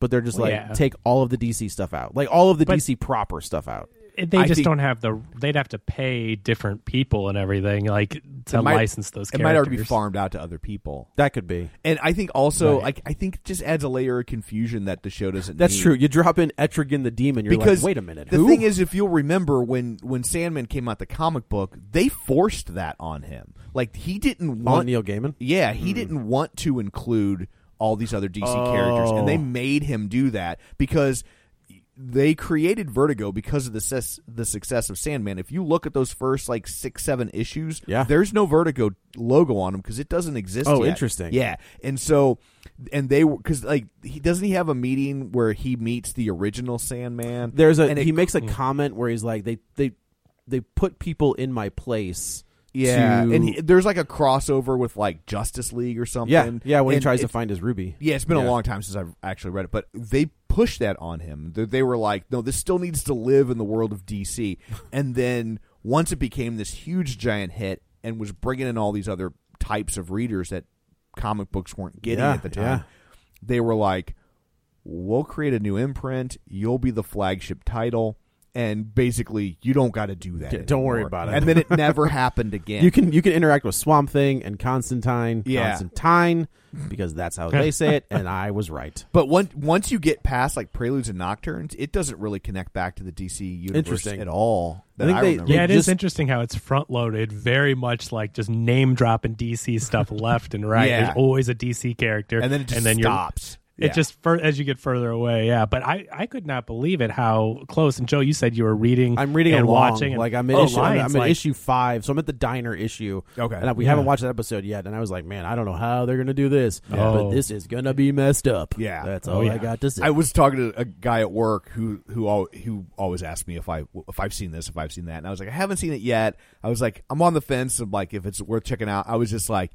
Speaker 3: but they're just
Speaker 4: Well,
Speaker 3: like
Speaker 4: yeah.
Speaker 3: take all of the DC stuff out, like all of the
Speaker 4: But-
Speaker 3: DC proper stuff out.
Speaker 4: They
Speaker 2: I
Speaker 4: just
Speaker 2: think-
Speaker 4: don't have the. They'd have to pay different people and everything, like to
Speaker 2: It might-
Speaker 4: license those.
Speaker 2: It
Speaker 4: Characters.
Speaker 2: might already be farmed out to other people.
Speaker 3: That could be.
Speaker 2: And I think also,
Speaker 4: Right.
Speaker 2: like, I think it just adds a layer of confusion that the show doesn't.
Speaker 3: That's
Speaker 2: need.
Speaker 3: true. You drop in Etrigan the demon, you're
Speaker 2: because
Speaker 3: like, wait a minute,
Speaker 2: The
Speaker 3: who?
Speaker 2: thing is, if you'll remember when when Sandman came out the comic book, they forced that on him. Like he didn't
Speaker 3: on
Speaker 2: want.
Speaker 3: Neil Gaiman.
Speaker 2: yeah, he
Speaker 3: Hmm.
Speaker 2: didn't want to include all these other DC characters, and
Speaker 3: Oh.
Speaker 2: they made him do that because they created Vertigo because of the ses- the success of Sandman. If you look at those first like six seven issues,
Speaker 3: Yeah.
Speaker 2: there's no Vertigo logo on them because it doesn't exist.
Speaker 3: Oh,
Speaker 2: yet.
Speaker 3: interesting.
Speaker 2: Yeah, and so and they were because like he doesn't he have a meeting where he meets the original Sandman.
Speaker 3: There's a
Speaker 2: and it-
Speaker 3: he makes a comment where he's like they they they put people in my place.
Speaker 2: yeah,
Speaker 3: to-
Speaker 2: and he, there's like a crossover with like Justice League or something.
Speaker 3: yeah, yeah. When he
Speaker 2: And
Speaker 3: tries to
Speaker 2: it's-
Speaker 3: find his ruby,
Speaker 2: Yeah, it's been
Speaker 3: Yeah.
Speaker 2: a long time since I've actually read it, but they pushed that on him. They, they were like, "No, this still needs to live in the world of DC." and then once it became this huge giant hit and was bringing in all these other types of readers that comic books weren't getting
Speaker 3: Yeah,
Speaker 2: at the
Speaker 3: yeah.
Speaker 2: time, they were like, "We'll create a new imprint. You'll be the flagship title." And basically, you don't got to do that.
Speaker 3: Yeah, don't worry
Speaker 2: anymore."
Speaker 3: about it.
Speaker 2: And then it never happened again.
Speaker 3: you can you can interact with Swamp Thing and Constantine,
Speaker 2: Yeah.
Speaker 3: Constantine, because that's how they say it, and I was right.
Speaker 2: But once once you get past like Preludes and Nocturnes, it doesn't really connect back to the DC universe
Speaker 3: Interesting.
Speaker 2: at all. That
Speaker 3: I
Speaker 2: I,
Speaker 3: think they-
Speaker 2: remember.
Speaker 4: Yeah, it is
Speaker 3: just-
Speaker 4: interesting how it's front loaded, very much like just name dropping DC stuff left and right.
Speaker 2: Yeah.
Speaker 4: There's always a DC character,
Speaker 2: and then it just
Speaker 4: you're-
Speaker 2: stops.
Speaker 4: It just fur- as you get further away, yeah. But I, I could not believe it how close. And Joe, you said you were reading.
Speaker 3: I'm reading
Speaker 4: and
Speaker 3: along.
Speaker 4: watching. and-
Speaker 3: like I'm in
Speaker 4: Oh,
Speaker 3: issue, I'm,
Speaker 4: lines,
Speaker 3: I'm in
Speaker 4: like,
Speaker 3: issue five, so I'm at the diner issue.
Speaker 2: Okay.
Speaker 3: and we haven't watched that episode yet. And I was like, man, I don't know how they're gonna do this, but
Speaker 4: Oh.
Speaker 3: this is gonna be messed up.
Speaker 2: Yeah.
Speaker 3: that's
Speaker 4: Oh,
Speaker 3: all I
Speaker 4: yeah.
Speaker 3: got to say.
Speaker 2: I was talking to a guy at work who who al- who always asked me if I if I've seen this, if I've seen that, and I was like, I haven't seen it yet. I was like, I'm on the fence of like if it's worth checking out. I was just like,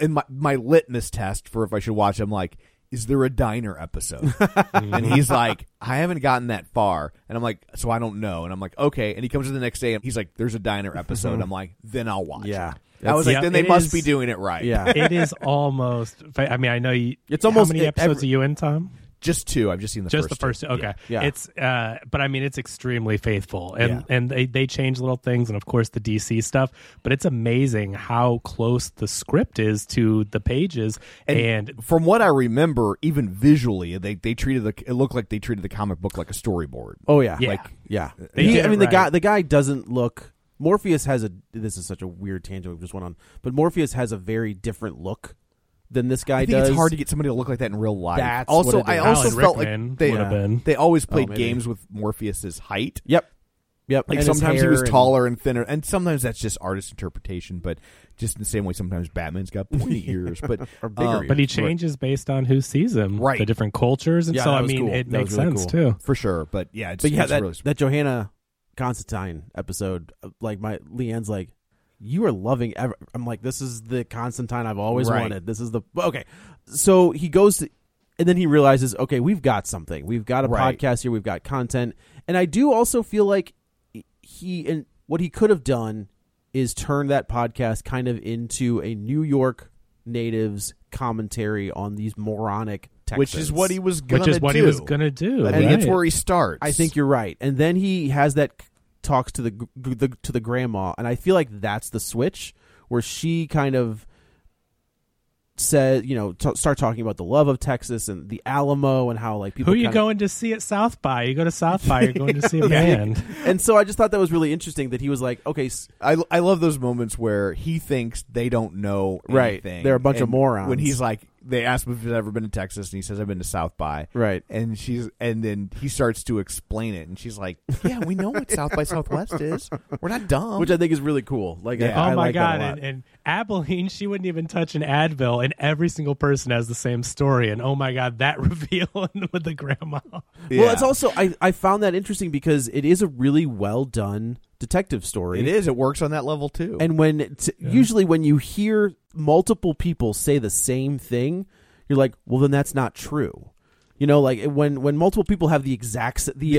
Speaker 2: in my my litmus test for if I should watch, I'm like. Is there a diner episode? and he's like, I haven't gotten that far. And I'm like, so I don't know. And I'm like, okay. And he comes to the next day and he's like, there's a diner episode. I'm like, then I'll watch. it.
Speaker 3: Yeah.
Speaker 2: I was like,
Speaker 4: Yeah,
Speaker 2: then they
Speaker 4: it
Speaker 2: must
Speaker 4: is-
Speaker 2: be doing it right.
Speaker 3: yeah,
Speaker 4: it is almost. I mean, I know you.
Speaker 3: It's almost
Speaker 4: how many
Speaker 3: e-
Speaker 4: episodes
Speaker 3: every-
Speaker 4: are you in, Tom?
Speaker 2: Just two. I've just seen the
Speaker 4: just
Speaker 2: first
Speaker 4: the first. Okay,
Speaker 3: Yeah.
Speaker 4: It's uh, but I mean, it's extremely faithful, and
Speaker 2: Yeah.
Speaker 4: and they they change little things, and of course the DC stuff. But it's amazing how close the script is to the pages, and,
Speaker 2: from what I remember, even visually, they they treated the it looked like they treated the comic book like a storyboard.
Speaker 3: Oh yeah,
Speaker 4: Yeah.
Speaker 3: like yeah.
Speaker 4: They
Speaker 3: He-
Speaker 4: did
Speaker 3: I
Speaker 4: it
Speaker 3: mean, the
Speaker 4: right.
Speaker 3: guy the guy doesn't look. Morpheus has a. This is such a weird tangent we just went on, but Morpheus has a very different look than this guy
Speaker 2: I think
Speaker 3: does.
Speaker 2: it's hard to get somebody to look like that in real life.
Speaker 3: That's
Speaker 2: also,
Speaker 3: what it
Speaker 2: I
Speaker 3: is. Oh,
Speaker 2: also
Speaker 4: Alan
Speaker 2: felt
Speaker 4: Rickman
Speaker 2: like they uh,
Speaker 4: would've been.
Speaker 2: they always played
Speaker 3: maybe.
Speaker 2: games with Morpheus's height.
Speaker 3: Yep, yep.
Speaker 2: Like
Speaker 3: And his
Speaker 2: sometimes he
Speaker 3: hair
Speaker 2: was
Speaker 3: and-
Speaker 2: taller and thinner, and sometimes that's just artist interpretation. But just in the same way, sometimes Batman's got pointy ears, but
Speaker 3: Or bigger
Speaker 2: um,
Speaker 3: ears.
Speaker 4: but he changes based on who sees him,
Speaker 2: Right.
Speaker 4: The different cultures, and
Speaker 3: Yeah,
Speaker 4: so
Speaker 3: that
Speaker 4: I
Speaker 3: was
Speaker 4: mean,
Speaker 3: cool.
Speaker 4: it
Speaker 3: That was
Speaker 4: makes
Speaker 3: really
Speaker 4: sense
Speaker 3: cool.
Speaker 4: too.
Speaker 2: for sure. But yeah, it's,
Speaker 3: But yeah,
Speaker 2: it's
Speaker 3: that
Speaker 2: really
Speaker 3: that Johanna Constantine episode, uh, like my Leanne's like. You are loving. Ever. I'm like, this is the Constantine I've always
Speaker 2: Right.
Speaker 3: wanted. This is the okay. So he goes to, and then he realizes, okay, we've got something. We've got a
Speaker 2: Right.
Speaker 3: podcast here. We've got content, and I do also feel like he and what he could have done is turn that podcast kind of into a New York natives commentary on these moronic Texans.
Speaker 2: which is what he was gonna
Speaker 4: which is what he
Speaker 2: do.
Speaker 4: was gonna do.
Speaker 2: I think
Speaker 4: right?
Speaker 2: it's where he starts.
Speaker 3: I think you're right. And then he has that c- talks to the, g- g- the to the grandma, and I feel like that's the switch where she kind of said, you know, t- start talking about the love of Texas and the Alamo and how like people
Speaker 4: Who are you
Speaker 3: kinda-
Speaker 4: going to see at South by? You go to South by, you're going to see a band.
Speaker 3: And so I just thought that was really interesting that he was like, okay, s-
Speaker 2: I, I love those moments where he thinks they don't know
Speaker 3: Right.
Speaker 2: anything.
Speaker 3: They're a bunch of
Speaker 2: And
Speaker 3: morons.
Speaker 2: When he's like, they ask him if he's ever been to Texas, and he says, "I've been to South by."
Speaker 3: Right.
Speaker 2: and she's and then he starts to explain it, and she's like, "Yeah, we know what South by Southwest is. We're not dumb."
Speaker 3: which I think is really cool. Like, I-
Speaker 2: Yeah.
Speaker 4: oh
Speaker 3: I
Speaker 4: my
Speaker 3: like that
Speaker 4: god!
Speaker 3: a lot.
Speaker 4: And, and Abilene, she wouldn't even touch an Advil, and every single person has the same story. And oh my god, that reveal with the grandma.
Speaker 3: Well, it's also I, I found that interesting because it is a really well done detective story.
Speaker 2: it is. It works on that level too.
Speaker 3: And when it's, usually when you hear multiple people say the same thing, you're like, well, then that's not true. You know, like when when multiple people have the exact s- the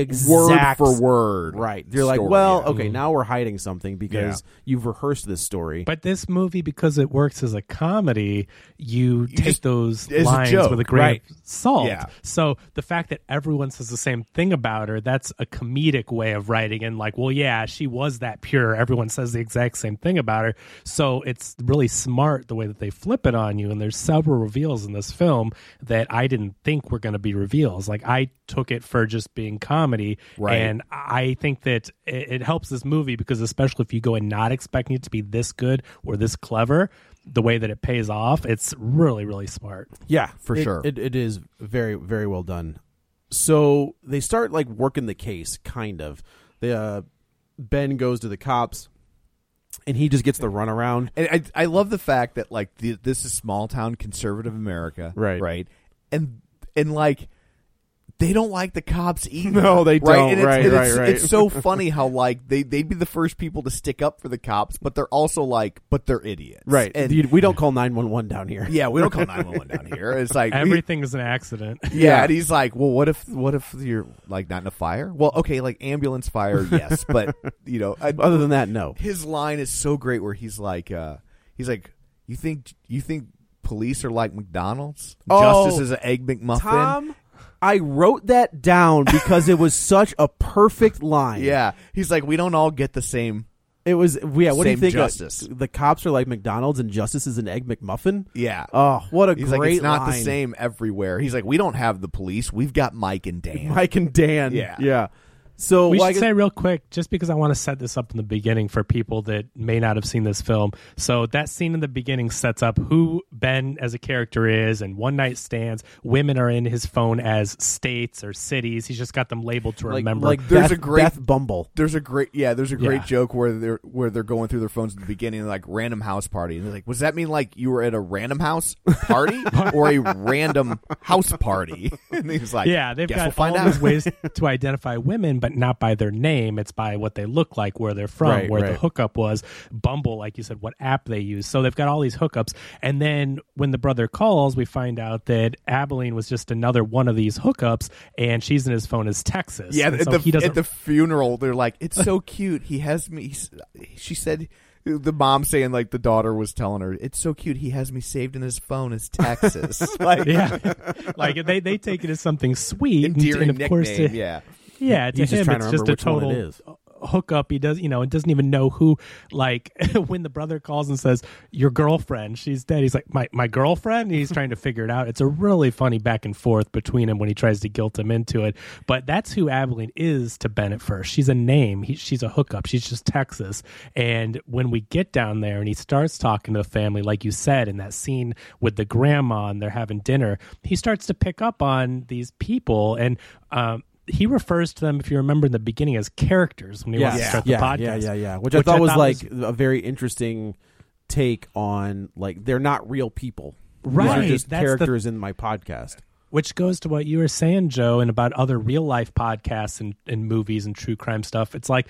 Speaker 2: word
Speaker 3: exact
Speaker 2: for word,
Speaker 3: right? You're like,
Speaker 2: story,
Speaker 3: well,
Speaker 2: yeah.
Speaker 3: okay, now we're hiding something because you've rehearsed this story.
Speaker 4: But this movie, because it works as a comedy, you, take
Speaker 2: just-
Speaker 4: those
Speaker 2: it's a
Speaker 4: lines
Speaker 2: joke,
Speaker 4: with a grain
Speaker 3: right.
Speaker 4: of salt.
Speaker 2: Yeah.
Speaker 4: So the fact that everyone says the same thing about her, that's a comedic way of writing. And like, well, yeah, she was that pure. Everyone says the exact same thing about her. So it's really smart the way that they flip it on you. And there's several reveals in this film that I didn't think were going to be reveals. Like I took it for just being comedy.
Speaker 2: Right.
Speaker 4: And I think that it, it helps this movie because, especially if you go in not expecting it to be this good or this clever, the way that it pays off, it's really, really smart.
Speaker 3: Yeah,
Speaker 2: For
Speaker 3: It-
Speaker 2: sure.
Speaker 3: It, it is very very well done. So they start like working the case, kind of. They, uh, ben goes to the cops, and he just gets the runaround.
Speaker 2: And I, I love the fact that like the, this is small town conservative America,
Speaker 3: Right.
Speaker 2: Right, and and like they don't like the cops either.
Speaker 3: No, they don't.
Speaker 2: And it's,
Speaker 3: Right,
Speaker 2: and
Speaker 3: right,
Speaker 2: it's,
Speaker 3: right.
Speaker 2: It's so funny how like they they'd be the first people to stick up for the cops, but they're also like, but they're idiots,
Speaker 3: Right,
Speaker 2: And
Speaker 3: You- we don't call nine one one down here.
Speaker 2: yeah, we don't call nine one one down here. It's like we-
Speaker 4: Everything is an accident.
Speaker 2: yeah, and he's like, well, what if what if you're like not in a fire? Well, okay, like ambulance fire, yes, but you know, uh, I,
Speaker 3: Other than that, no.
Speaker 2: his line is so great where he's like uh he's like you think you think police are like mcdonald's
Speaker 3: Oh,
Speaker 2: justice is an egg mcmuffin
Speaker 3: Tom, I wrote that down because it was such a perfect line.
Speaker 2: yeah he's like we don't all get the same
Speaker 3: It was yeah, what do you
Speaker 2: Same
Speaker 3: think? uh,
Speaker 2: justice.
Speaker 3: the cops are like McDonald's and justice is an egg McMuffin?
Speaker 2: yeah
Speaker 3: Oh, what a
Speaker 2: he's
Speaker 3: great
Speaker 2: like it's not the
Speaker 3: line.
Speaker 2: same everywhere he's like we don't have the police we've got mike and dan
Speaker 3: Mike and Dan.
Speaker 2: Yeah.
Speaker 3: Yeah. So
Speaker 4: We
Speaker 3: well, I
Speaker 4: should
Speaker 3: guess-
Speaker 4: say real quick, just because I want to set this up in the beginning for people that may not have seen this film. So that scene in the beginning sets up who Ben as a character is, and one night stands. Women are in his phone as states or cities. He's just got them labeled to
Speaker 3: like,
Speaker 4: remember.
Speaker 3: like
Speaker 2: There's
Speaker 3: Beth,
Speaker 2: a great-
Speaker 3: Beth Bumble.
Speaker 2: there's a great yeah there's a great
Speaker 4: Yeah.
Speaker 2: joke where they're where they're going through their phones at the beginning like random house party and they're like was that mean like you were at a random house party or a random house party and he's like
Speaker 4: yeah, they've
Speaker 2: guess
Speaker 4: got
Speaker 2: we'll find
Speaker 4: all
Speaker 2: out
Speaker 4: these ways to identify women, but not by their name. It's by what they look like, where they're from,
Speaker 3: Right,
Speaker 4: where the
Speaker 3: right.
Speaker 4: hookup was. Bumble, like you said, what app they use. So they've got all these hookups. And then when the brother calls, we find out that Abilene was just another one of these hookups, and she's in his phone as Texas.
Speaker 2: Yeah,
Speaker 4: And
Speaker 2: at,
Speaker 4: so
Speaker 2: the,
Speaker 4: he doesn't.
Speaker 2: at the funeral, they're like, "It's so cute." He has me. he's- She said, "The mom saying like the daughter was telling her, it's so cute. He has me saved in his phone as Texas." like
Speaker 4: yeah, like they, they take it as something sweet, and,
Speaker 2: endearing
Speaker 4: and of
Speaker 2: nickname.
Speaker 4: course, to,
Speaker 2: yeah,
Speaker 4: Yeah, to
Speaker 3: He's just
Speaker 4: him,
Speaker 3: trying
Speaker 4: it's
Speaker 3: to
Speaker 4: just
Speaker 3: remember
Speaker 4: a
Speaker 3: which one
Speaker 4: total
Speaker 3: it is.
Speaker 4: hookup. He does, you know, and doesn't even know who. Like when the brother calls and says, "Your girlfriend, she's dead." He's like, "My my girlfriend." And he's trying to figure it out. It's a really funny back and forth between him when he tries to guilt him into it. But that's who Abilene is to Ben at first. She's a name. He, she's a hookup. She's just Texas. And when we get down there, and he starts talking to the family, like you said, in that scene with the grandma, and they're having dinner, he starts to pick up on these people and. Um, he refers to them, if you remember in the beginning, as characters when he wants to start the
Speaker 3: yeah,
Speaker 4: podcast.
Speaker 3: yeah, yeah, yeah. Which, I thought was like a very interesting take on like they're not real people. These are
Speaker 4: Right,
Speaker 3: just
Speaker 4: that's the-
Speaker 3: characters in my podcast.
Speaker 4: which goes to what you were saying, Joe, and about other real life podcasts and, and movies and true crime stuff. It's like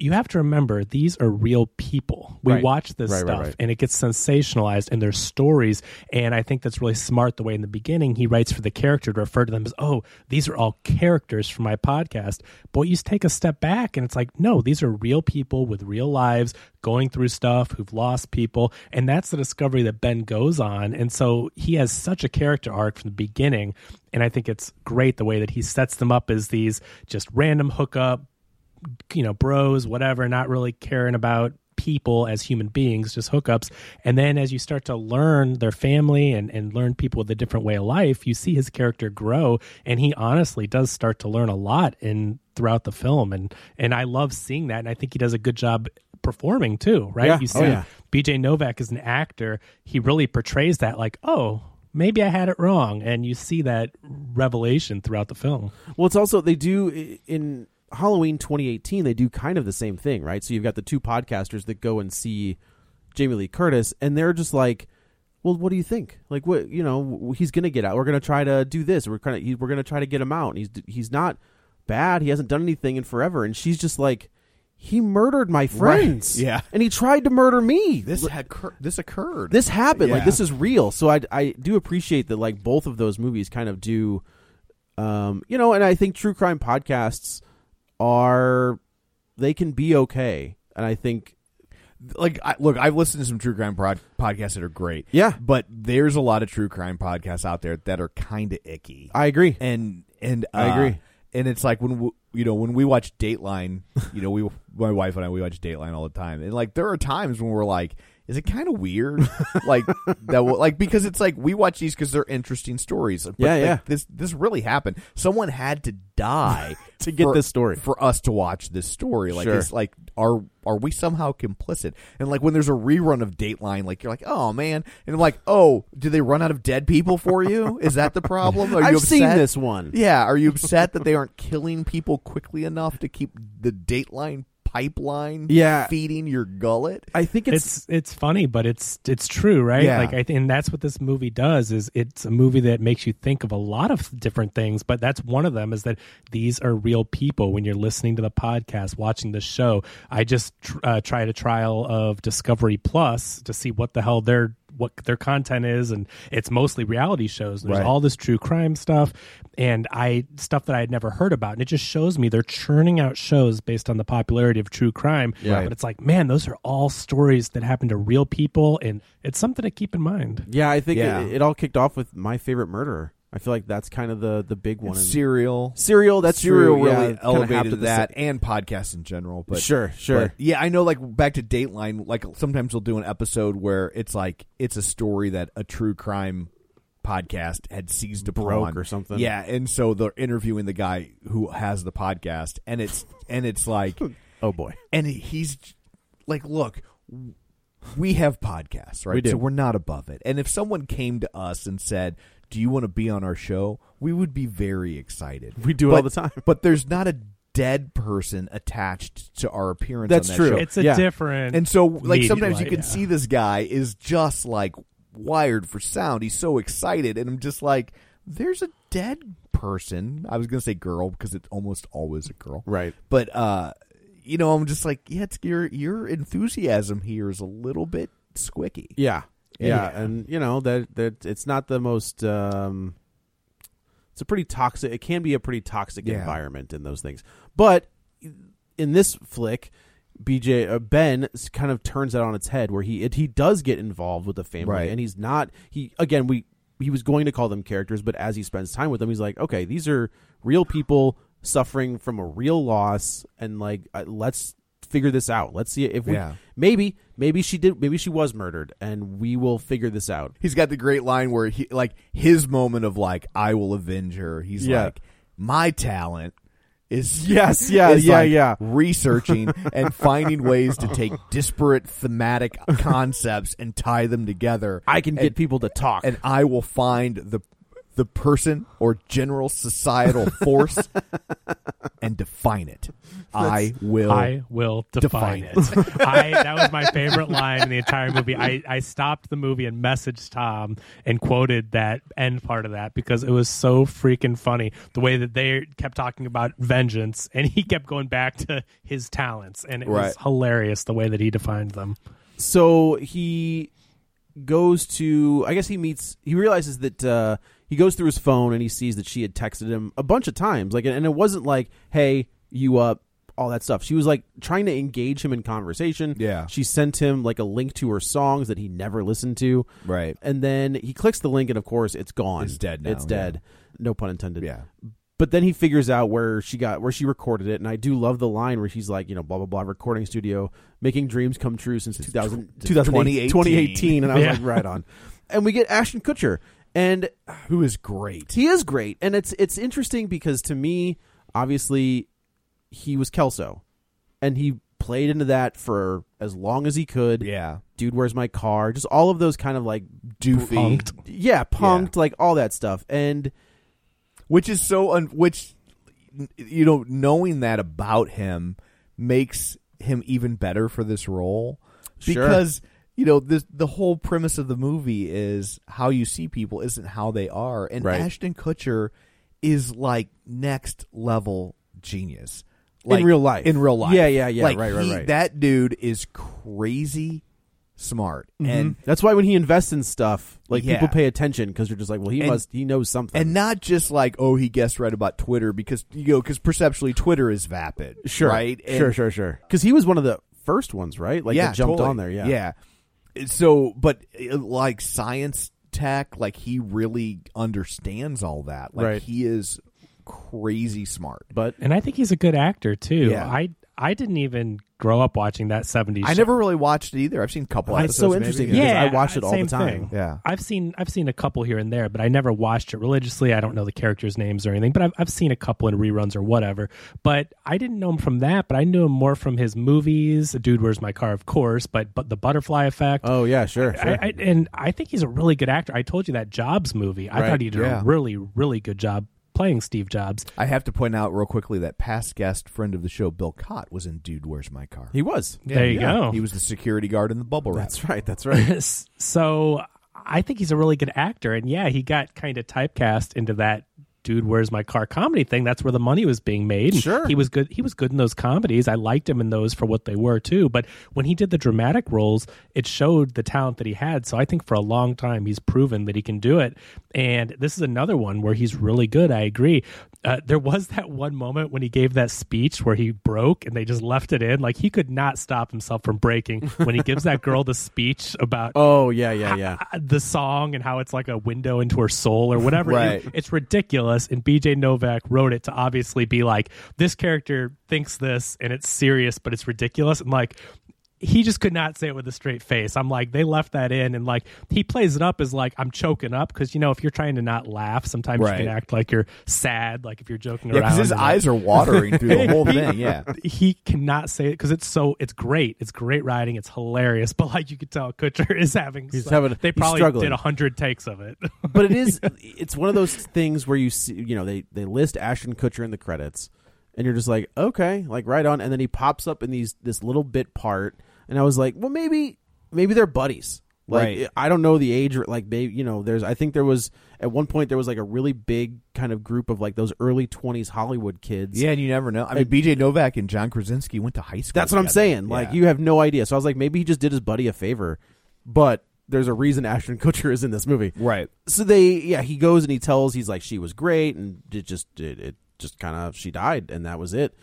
Speaker 4: you have to remember these are real people. We
Speaker 3: Right.
Speaker 4: watch this
Speaker 3: Right, right,
Speaker 4: stuff
Speaker 3: right.
Speaker 4: and it gets sensationalized and their stories. And I think that's really smart the way in the beginning he writes for the character to refer to them as, oh, these are all characters from my podcast. But you take a step back and it's like, no, these are real people with real lives going through stuff who've lost people. And that's the discovery that Ben goes on. And so he has such a character arc from the beginning. And I think it's great the way that he sets them up as these just random hookup you know, bros, whatever, not really caring about people as human beings, just hookups. And then as you start to learn their family and, and learn people with a different way of life, you see his character grow and he honestly does start to learn a lot in throughout the film. And and I love seeing that and I think he does a good job performing too, right?
Speaker 3: Yeah.
Speaker 4: You see
Speaker 3: Oh, yeah.
Speaker 4: BJ Novak as an actor, he really portrays that like, oh, maybe I had it wrong. And you see that revelation throughout the film.
Speaker 3: Well, it's also they do i- in Halloween 2018. They do kind of the same thing, right? So you've got the two podcasters that go and see Jamie Lee Curtis, and they're just like, "Well, what do you think? Like, what you know, w- he's gonna get out. We're gonna try to do this. We're kind of we're gonna try to get him out. And he's d- he's not bad. He hasn't done anything in forever. And she's just like." He murdered my friends.
Speaker 2: Yeah.
Speaker 3: And he tried to murder me.
Speaker 2: This had occur- this occurred.
Speaker 3: this happened like
Speaker 2: Yeah.
Speaker 3: this is real so I, I do appreciate that like both of those movies kind of do um you know and i think true crime podcasts are they can be okay and i think
Speaker 2: like I, look i've listened to some true crime prod- podcasts that are great
Speaker 3: Yeah.
Speaker 2: but there's a lot of true crime podcasts out there that are kind of icky
Speaker 3: i agree
Speaker 2: and and uh,
Speaker 3: I agree.
Speaker 2: and it's like when we, you know when we watch dateline you know we my wife and i we watch dateline all the time and like there are times when we're like is it kind of weird like that will, like because it's like we watch these because they're interesting stories but
Speaker 3: Yeah,
Speaker 2: like,
Speaker 3: yeah.
Speaker 2: this this really happened someone had to die
Speaker 3: To get
Speaker 2: for-
Speaker 3: this story.
Speaker 2: for us to watch this story like
Speaker 3: Sure.
Speaker 2: it's like are are we somehow complicit and like when there's a rerun of dateline like you're like oh man and i'm like oh do they run out of dead people for you is that the problem are you
Speaker 3: I've seen
Speaker 2: upset?
Speaker 3: this one.
Speaker 2: yeah are you upset that they aren't killing people quickly enough to keep the dateline pipeline
Speaker 3: Yeah.
Speaker 2: feeding your gullet
Speaker 3: i think it's,
Speaker 4: it's it's funny, but it's it's true, right?
Speaker 2: Yeah.
Speaker 4: Like I th- and that's what this movie does is it's a movie that makes you think of a lot of different things, but that's one of them is that these are real people. When you're listening to the podcast, watching the show, I just tr- uh, tried a trial of Discovery Plus to see what the hell their what their content is, and it's mostly reality shows. There's
Speaker 2: Right.
Speaker 4: all this true crime stuff, and I stuff that I had never heard about, and it just shows me they're churning out shows based on the popularity of true crime.
Speaker 2: Yeah.
Speaker 4: But it's like, man, those are all stories that happen to real people, and it's something to keep in mind.
Speaker 3: yeah i think
Speaker 2: Yeah.
Speaker 3: It, it all kicked off with my favorite murderer i feel like that's kind of the the big one in-
Speaker 2: serial
Speaker 3: serial that's
Speaker 2: serial
Speaker 3: true, yeah,
Speaker 2: really
Speaker 3: kinda happened at
Speaker 2: elevated
Speaker 3: the
Speaker 2: that
Speaker 3: sa-
Speaker 2: and podcasts in general but
Speaker 3: sure sure
Speaker 2: But, yeah, I know. Like back to Dateline, like sometimes they'll do an episode where it's like it's a story that a true crime podcast had seized upon
Speaker 3: Broke or something.
Speaker 2: Yeah, and so they're interviewing the guy who has the podcast, and it's and it's like,
Speaker 3: oh boy
Speaker 2: and he's like, look. We have podcasts, right?
Speaker 3: We do.
Speaker 2: So we're not above it. And if someone came to us and said, "Do you want to be on our show?" we would be very excited.
Speaker 3: We do it
Speaker 2: But-
Speaker 3: all the time.
Speaker 2: But there's not a dead person attached to our appearance.
Speaker 3: That's
Speaker 2: on that
Speaker 3: true.
Speaker 2: show.
Speaker 3: It's
Speaker 4: It's
Speaker 3: a
Speaker 4: a
Speaker 3: Yeah.
Speaker 4: different,
Speaker 2: And so, like, sometimes you can see this guy is just like wired for sound. He's so excited, and I'm just like, there's a dead person. I was gonna say girl because it's almost always a girl,
Speaker 3: Right.
Speaker 2: But uh, you know, I'm just like, yeah, it's your your enthusiasm here is a little bit squicky.
Speaker 3: Yeah. Yeah.
Speaker 2: Yeah.
Speaker 3: And you know, that that it's not the most um it's a pretty toxic it can be a pretty toxic
Speaker 2: Yeah.
Speaker 3: environment in those things. But in this flick, BJ uh, Ben s- kind of turns that on its head where he it, he does get involved with the family
Speaker 2: Right.
Speaker 3: and he's not he again we he was going to call them characters but as he spends time with them he's like okay these are real people suffering from a real loss and like uh, let's figure this out let's see if we
Speaker 2: Yeah.
Speaker 3: maybe maybe she did maybe she was murdered and we will figure this out
Speaker 2: He's got the great line where he like his moment of like I will avenge her. He's
Speaker 3: Yeah.
Speaker 2: like my talent is
Speaker 3: Yes, yeah,
Speaker 2: is,
Speaker 3: yeah,
Speaker 2: like,
Speaker 3: yeah.
Speaker 2: researching and finding ways to take disparate thematic concepts and tie them together.
Speaker 3: i can
Speaker 2: And-
Speaker 3: get people to talk
Speaker 2: and I will find the the person or general societal force and define it. I will.
Speaker 4: I will define,
Speaker 2: Define
Speaker 4: it. I that was my favorite line in the entire movie. I, I stopped the movie and messaged Tom and quoted that end part of that because it was so freaking funny the way that they kept talking about vengeance and he kept going back to his talents and it was
Speaker 2: Right.
Speaker 4: hilarious the way that he defined them.
Speaker 3: so he goes to i guess he meets he realizes that uh he goes through his phone and he sees that she had texted him a bunch of times like and it wasn't like hey you up all that stuff she was like trying to engage him in conversation
Speaker 2: Yeah.
Speaker 3: she sent him like a link to her songs that he never listened to
Speaker 2: Right.
Speaker 3: and then he clicks the link and of course it's gone
Speaker 2: It's dead now,
Speaker 3: it's dead no pun intended
Speaker 2: Yeah.
Speaker 3: but then he figures out where she got where she recorded it and i do love the line where she's like you know blah blah blah recording studio making dreams come true since 2000,
Speaker 2: tw-
Speaker 3: 2018,
Speaker 2: 2018.
Speaker 3: and i was
Speaker 4: Yeah.
Speaker 3: like right on and we get ashton kutcher and
Speaker 2: Who is great?
Speaker 3: he is great and it's it's interesting because to me obviously he was kelso and he played into that for as long as he could
Speaker 2: Yeah.
Speaker 3: dude where's my car just all of those kind of like
Speaker 2: Doofy.
Speaker 3: yeah punked like all that stuff and
Speaker 2: which is so un- which you know knowing that about him makes him even better for this role
Speaker 3: Sure.
Speaker 2: because you know this the whole premise of the movie is how you see people isn't how they are and
Speaker 3: Right.
Speaker 2: Ashton Kutcher is like next level genius
Speaker 3: In real life.
Speaker 2: in real life
Speaker 3: Yeah, yeah, yeah,
Speaker 2: Like,
Speaker 3: right, right,
Speaker 2: he-
Speaker 3: right.
Speaker 2: that dude is crazy smart
Speaker 3: Mm-hmm.
Speaker 2: and
Speaker 3: That's why when he invests in stuff, like
Speaker 2: Yeah.
Speaker 3: people pay attention because you're just like, well, he
Speaker 2: And-
Speaker 3: must, he knows something.
Speaker 2: and not just like oh he guessed right about Twitter because you know because perceptually Twitter is vapid,
Speaker 3: sure,
Speaker 2: right? And-
Speaker 3: sure, sure, sure. Because he was one of the first ones, right? Like,
Speaker 2: yeah,
Speaker 3: that jumped
Speaker 2: totally.
Speaker 3: on there, yeah,
Speaker 2: yeah. It's So, but uh, like science tech, like he really understands all that. Like
Speaker 3: Right.
Speaker 2: he is crazy smart.
Speaker 3: But
Speaker 4: And I think he's a good actor too.
Speaker 2: Yeah.
Speaker 4: I I didn't even grow up watching that 70s
Speaker 2: I never really watched it either. I've seen a couple.
Speaker 3: Well, it's
Speaker 2: episodes,
Speaker 3: so
Speaker 2: maybe,
Speaker 3: interesting
Speaker 2: yeah.
Speaker 3: because I watched it all the
Speaker 4: same
Speaker 3: time.
Speaker 4: thing.
Speaker 2: Yeah.
Speaker 4: I've seen I've seen a couple here and there, but I never watched it religiously. I don't know the characters' names or anything, but I've I've seen a couple in reruns or whatever. But I didn't know him from that, but I knew him more from his movies. Dude, where's my car? Of course, but but the Butterfly Effect.
Speaker 3: oh yeah, sure, sure.
Speaker 4: I, I, and I think he's a really good actor. I told you that Jobs movie. I
Speaker 3: Right,
Speaker 4: thought he did
Speaker 2: yeah.
Speaker 4: a really really good job playing Steve Jobs.
Speaker 2: I have to point out real quickly that past guest friend of the show Bill Cott was in Dude Where's My Car.
Speaker 3: he was.
Speaker 4: there you
Speaker 2: Yeah.
Speaker 4: go.
Speaker 2: He was the security guard in the bubble wrap.
Speaker 3: That's right. That's right.
Speaker 4: S- so I think he's a really good actor, and yeah, he got kind of typecast into that dude. Where's my car? Comedy thing. That's where the money was being made. And
Speaker 3: Sure.
Speaker 4: he was good. He was good in those comedies. I liked him in those for what they were too. But when he did the dramatic roles, it showed the talent that he had. So I think for a long time he's proven that he can do it. And this is another one where he's really good. I agree. Uh, there was that one moment when he gave that speech where he broke and they just left it in. Like he could not stop himself from breaking when he gives that girl the speech about
Speaker 3: Oh yeah, yeah, yeah.
Speaker 4: uh, the song and how it's like a window into her soul or whatever.
Speaker 2: Right.
Speaker 4: It- it's ridiculous. And BJ Novak wrote it to obviously be like, this character thinks this and it's serious, but it's ridiculous. And like, he just could not say it with a straight face. I'm like, they left that in, and like he plays it up as like I'm choking up because you know if you're trying to not laugh, sometimes you
Speaker 2: Right.
Speaker 4: can act like you're sad, like if you're joking
Speaker 2: Yeah,
Speaker 4: around.
Speaker 2: because his
Speaker 4: and, like,
Speaker 2: eyes are watering through the whole thing. Yeah.
Speaker 4: he cannot say it because it's so it's great. It's great writing. It's hilarious. But like you could tell, Kutcher is having.
Speaker 3: He's
Speaker 4: some-
Speaker 3: having-
Speaker 4: They
Speaker 3: he's
Speaker 4: probably
Speaker 3: struggling.
Speaker 4: did a hundred takes of it.
Speaker 3: but it is it's one of those things where you see you know they they list ashton kutcher in the credits and you're just like okay like right on and then he pops up in these this little bit part and i was like well maybe maybe they're buddies like
Speaker 2: Right.
Speaker 3: i don't know the age or like maybe you know there's i think there was at one point there was like a really big kind of group of like those early 20s hollywood kids
Speaker 2: Yeah, and you never know. I mean, BJ Novak and John Krasinski went to high school.
Speaker 3: that's what i'm
Speaker 2: together.
Speaker 3: saying like
Speaker 2: Yeah.
Speaker 3: you have no idea so i was like maybe he just did his buddy a favor but there's a reason ashton kutcher is in this movie
Speaker 2: right.
Speaker 3: so they yeah he goes and he tells he's like she was great and it just it, it just kind of she died and that was it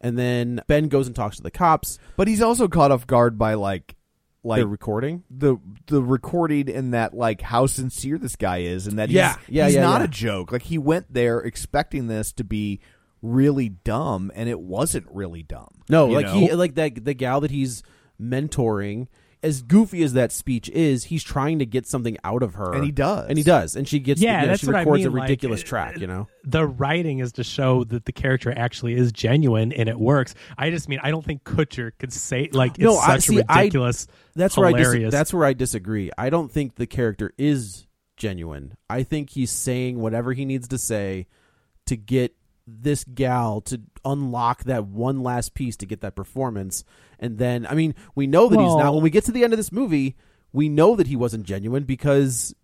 Speaker 3: and then ben goes and talks to the cops
Speaker 2: But he's also caught off guard by like like
Speaker 3: they're recording
Speaker 2: the the recording and that like how sincere this guy is and that he's,
Speaker 3: Yeah, yeah,
Speaker 2: he's
Speaker 3: yeah,
Speaker 2: not
Speaker 3: yeah.
Speaker 2: a joke. Like he went there expecting this to be really dumb and it wasn't really dumb.
Speaker 3: no
Speaker 2: you
Speaker 3: like
Speaker 2: know?
Speaker 3: he like that the gal that he's mentoring as goofy as that speech is he's trying to get something out of her
Speaker 2: And he does.
Speaker 3: and he does and she gets
Speaker 4: Yeah,
Speaker 3: the, you know,
Speaker 4: that's
Speaker 3: she
Speaker 4: what I
Speaker 3: records
Speaker 4: mean,
Speaker 3: a
Speaker 4: like,
Speaker 3: ridiculous
Speaker 4: uh,
Speaker 3: track you know
Speaker 4: the writing is to show that the character actually is genuine and it works. I just mean I don't think Kutcher could say like it's
Speaker 3: No,
Speaker 4: such
Speaker 3: I- see,
Speaker 4: a ridiculous.
Speaker 3: that's where I
Speaker 4: hilarious.
Speaker 3: dis- that's where I disagree. I don't think the character is genuine. I think he's saying whatever he needs to say to get this gal to unlock that one last piece to get that performance. And then, I mean, we know that he's not.
Speaker 4: Well-
Speaker 3: When we get to the end of this movie, we know that he wasn't genuine because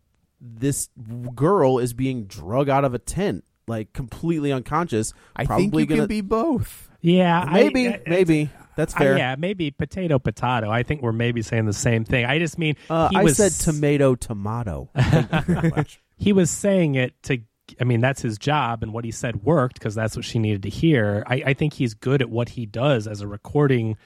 Speaker 3: this girl is being drug out of a tent, like completely unconscious.
Speaker 2: I
Speaker 3: probably
Speaker 2: think you
Speaker 3: gonna,
Speaker 2: can be both.
Speaker 4: Yeah, I-
Speaker 3: maybe,
Speaker 4: I-
Speaker 3: maybe that's fair.
Speaker 4: I- yeah, maybe potato potato. I think we're maybe saying the same thing. I just mean
Speaker 3: Uh,
Speaker 4: he
Speaker 3: I
Speaker 4: was
Speaker 3: said tomato, tomato.
Speaker 4: he was saying it to i mean that's his job and what he said worked because that's what she needed to hear I, I think he's good at what he does as a recording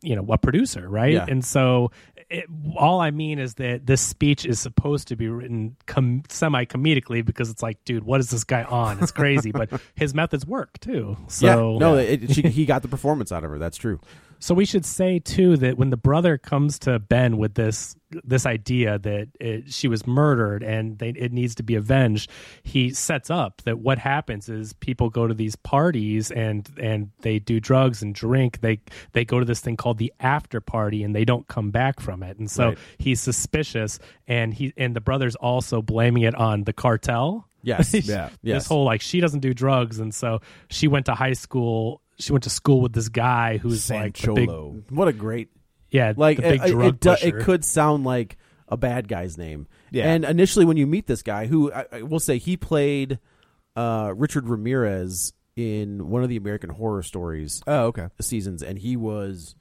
Speaker 4: you know a producer right
Speaker 3: Yeah.
Speaker 4: and so it, all i mean is that this speech is supposed to be written com- semi comedically because it's like dude what is this guy on it's crazy but his methods work too so
Speaker 3: yeah, no, it, she, he got the performance out of her. That's true.
Speaker 4: so we should say too that when the brother comes to Ben with this this idea that it, she was murdered and they, it needs to be avenged, he sets up that what happens is people go to these parties and and they do drugs and drink. They they go to this thing called the after party and they don't come back from it. And so
Speaker 3: Right.
Speaker 4: he's suspicious and he and the brother's also blaming it on the cartel
Speaker 3: Yes,
Speaker 2: Yeah.
Speaker 3: yes.
Speaker 4: this whole like she doesn't do drugs and so she went to high school she went to school with this guy who's like the big
Speaker 2: Sancholo.
Speaker 3: What a great
Speaker 4: yeah
Speaker 3: like
Speaker 4: the big
Speaker 3: it,
Speaker 4: drug
Speaker 3: it, do-
Speaker 4: pusher.
Speaker 3: it could sound like a bad guy's name.
Speaker 2: Yeah.
Speaker 3: And initially, when you meet this guy, who I, I will say he played uh, Richard Ramirez in one of the American Horror Stories uh,
Speaker 2: Oh, okay.
Speaker 3: seasons, and he was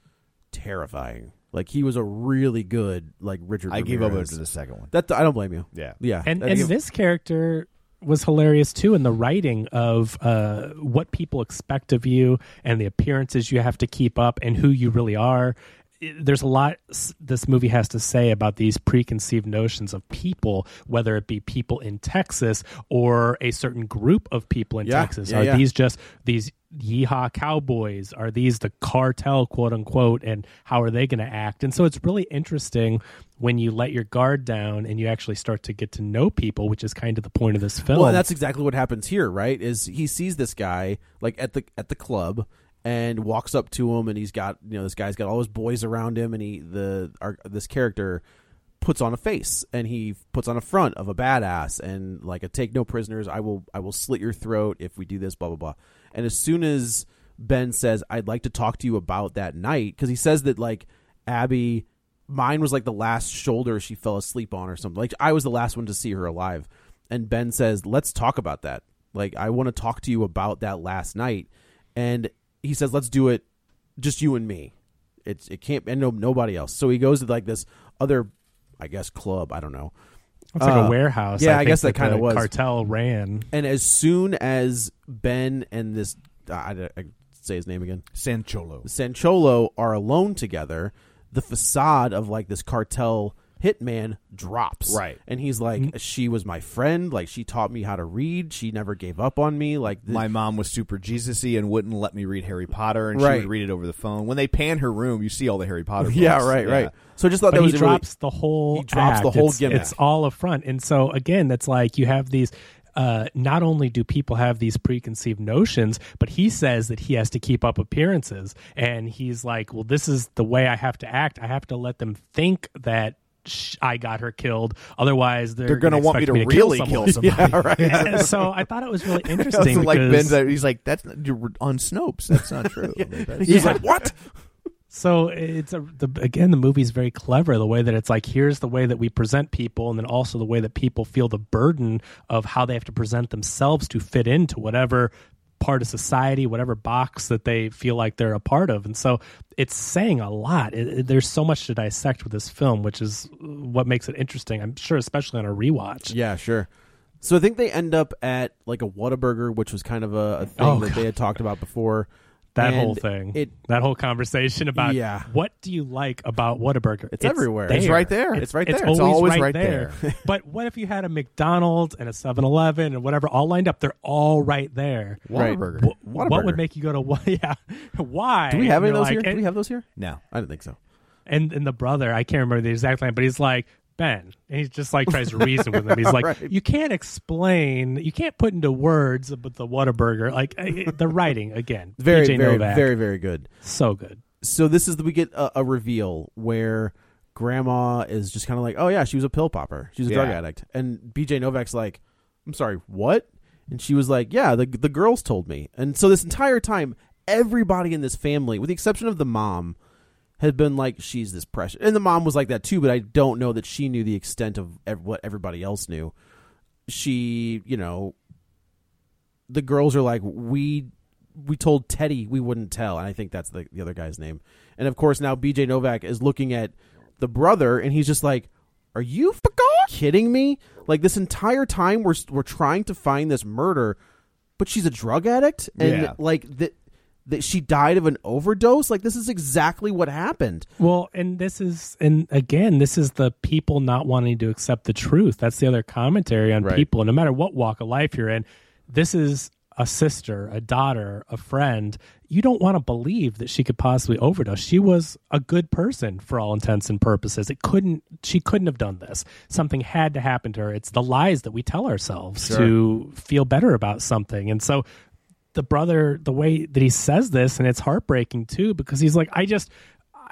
Speaker 3: terrifying. Like he was a really good like Richard.
Speaker 2: I gave up
Speaker 3: Ramirez.
Speaker 2: to the second one.
Speaker 3: That I don't blame you.
Speaker 2: Yeah.
Speaker 3: yeah.
Speaker 4: and
Speaker 3: I
Speaker 4: and
Speaker 3: give-
Speaker 4: this character was hilarious too in the writing of uh, what people expect of you and the appearances you have to keep up and who you really are. It- There's a lot s- this movie has to say about these preconceived notions of people, whether it be people in Texas or a certain group of people in
Speaker 3: Yeah,
Speaker 4: Texas.
Speaker 3: yeah,
Speaker 4: are
Speaker 3: yeah.
Speaker 4: these just these yeehaw cowboys? Are these the cartel, quote unquote? And how are they going to act? And so it's really interesting when you let your guard down and you actually start to get to know people, which is kind of the point of this film.
Speaker 3: Well, and that's exactly what happens here, right? Is he sees this guy like at the at the club and walks up to him, and he's got you know this guy's got all his boys around him, and he the our, this character puts on a face and he puts on a front of a badass and like a take no prisoners. I will I will slit your throat if we do this. Blah blah blah. And as soon as Ben says, "I'd like to talk to you about that night," because he says that like Abby mine was like the last shoulder she fell asleep on or something like i was the last one to see her alive and ben says let's talk about that like i want to talk to you about that last night and he says let's do it just you and me it's it can't and no nobody else so he goes to like this other i guess club i don't know
Speaker 4: It's like
Speaker 3: uh,
Speaker 4: a warehouse.
Speaker 3: yeah, I
Speaker 4: think,
Speaker 3: guess that
Speaker 4: the
Speaker 3: kinda was.
Speaker 4: cartel ran.
Speaker 3: and as soon as ben and this i, I, I say his name again
Speaker 2: Sancholo.
Speaker 3: Sancholo are alone together, the facade of like this cartel hitman drops.
Speaker 2: Right.
Speaker 3: And he's like, she was my friend. Like, she taught me how to read. She never gave up on me. Like, th-
Speaker 2: My mom was super Jesusy and wouldn't let me read Harry Potter, and she
Speaker 3: Right.
Speaker 2: would read it over the phone. When they pan her room, you see all the Harry Potter. Books.
Speaker 3: yeah, right, right. So I just thought
Speaker 4: But
Speaker 3: that
Speaker 4: he
Speaker 3: was a really-
Speaker 4: drops the whole.
Speaker 3: He drops the
Speaker 4: act.
Speaker 3: whole
Speaker 4: it's,
Speaker 3: gimmick.
Speaker 4: It's all a front, and so again, that's like you have these. Uh, not only do people have these preconceived notions, but he says that he has to keep up appearances, and he's like, "Well, this is the way I have to act. I have to let them think that." sh- I got her killed. Otherwise, they're,
Speaker 2: They're gonna want me
Speaker 4: expect
Speaker 2: to,
Speaker 4: to kill
Speaker 2: really
Speaker 4: someone.
Speaker 2: kill somebody. yeah, right.
Speaker 4: And so I thought it was really
Speaker 2: That's
Speaker 4: interesting.
Speaker 2: like
Speaker 4: because-
Speaker 2: Ben's, he's like, that's not, you're on Snopes. That's not true. That's-
Speaker 3: He's like, what?
Speaker 4: So it's a the, again the movie's very clever the way that it's like here's the way that we present people and then also the way that people feel the burden of how they have to present themselves to fit into whatever part of society whatever box that they feel like they're a part of and so it's saying a lot It- it- there's so much to dissect with this film which is what makes it interesting I'm sure especially on a rewatch
Speaker 3: Yeah, sure. So I think they end up at like a Whataburger, which was kind of a, a thing
Speaker 4: Oh,
Speaker 3: that they had talked about before.
Speaker 4: that
Speaker 3: And
Speaker 4: whole thing
Speaker 3: It
Speaker 4: that whole conversation about
Speaker 3: Yeah.
Speaker 4: what do you like about Whataburger
Speaker 3: It's everywhere.
Speaker 2: It's right there. It's right there. It's always right
Speaker 4: but what if you had a McDonald's and a 7-Eleven and whatever all lined up they're all right there
Speaker 3: Right.
Speaker 2: Whataburger.
Speaker 4: Wh-
Speaker 3: Whataburger.
Speaker 4: what would make you go to wh- yeah why
Speaker 3: do we have any
Speaker 4: And
Speaker 3: of those
Speaker 4: you're
Speaker 3: here?
Speaker 4: like-
Speaker 3: Do we have those here?
Speaker 2: No.
Speaker 3: I don't think so.
Speaker 4: and and the brother I can't remember the exact line but he's like Ben and he's just like tries to reason with him he's like you can't explain you can't put into words about the Whataburger like I- the writing again
Speaker 3: Very,
Speaker 4: PJ
Speaker 3: very,
Speaker 4: Novak,
Speaker 3: very, very good.
Speaker 4: so good
Speaker 3: so this is the, we get a, a reveal where grandma is just kind of like, oh yeah, she was a pill popper, she was a drug
Speaker 2: Yeah.
Speaker 3: addict, and BJ Novak's like, I'm sorry, what? And she was like, yeah, the the girls told me, and so this entire time, everybody in this family, with the exception of the mom, had been like, she's this precious, and the mom was like that too, but I don't know that she knew the extent of ev- what everybody else knew. She, you know, the girls are like, we we told Teddy we wouldn't tell, and I think that's the, the other guy's name. And of course, now BJ Novak is looking at the brother, and he's just like, "Are you fucking kidding me?" Like this entire time, we're we're trying to find this murder, but she's a drug addict, and
Speaker 2: Yeah.
Speaker 3: like that that she died of an overdose. Like this is exactly what happened.
Speaker 4: Well, and this is, and again, this is the people not wanting to accept the truth. That's the other commentary on
Speaker 3: Right.
Speaker 4: people. No matter what walk of life you're in, this is a sister, a daughter, a friend. You don't want to believe that she could possibly overdose. She was a good person for all intents and purposes. It couldn't, she couldn't have done this. Something had to happen to her. It's the lies that we tell ourselves to feel better about something. And so the brother the way that he says this and it's heartbreaking too because he's like i just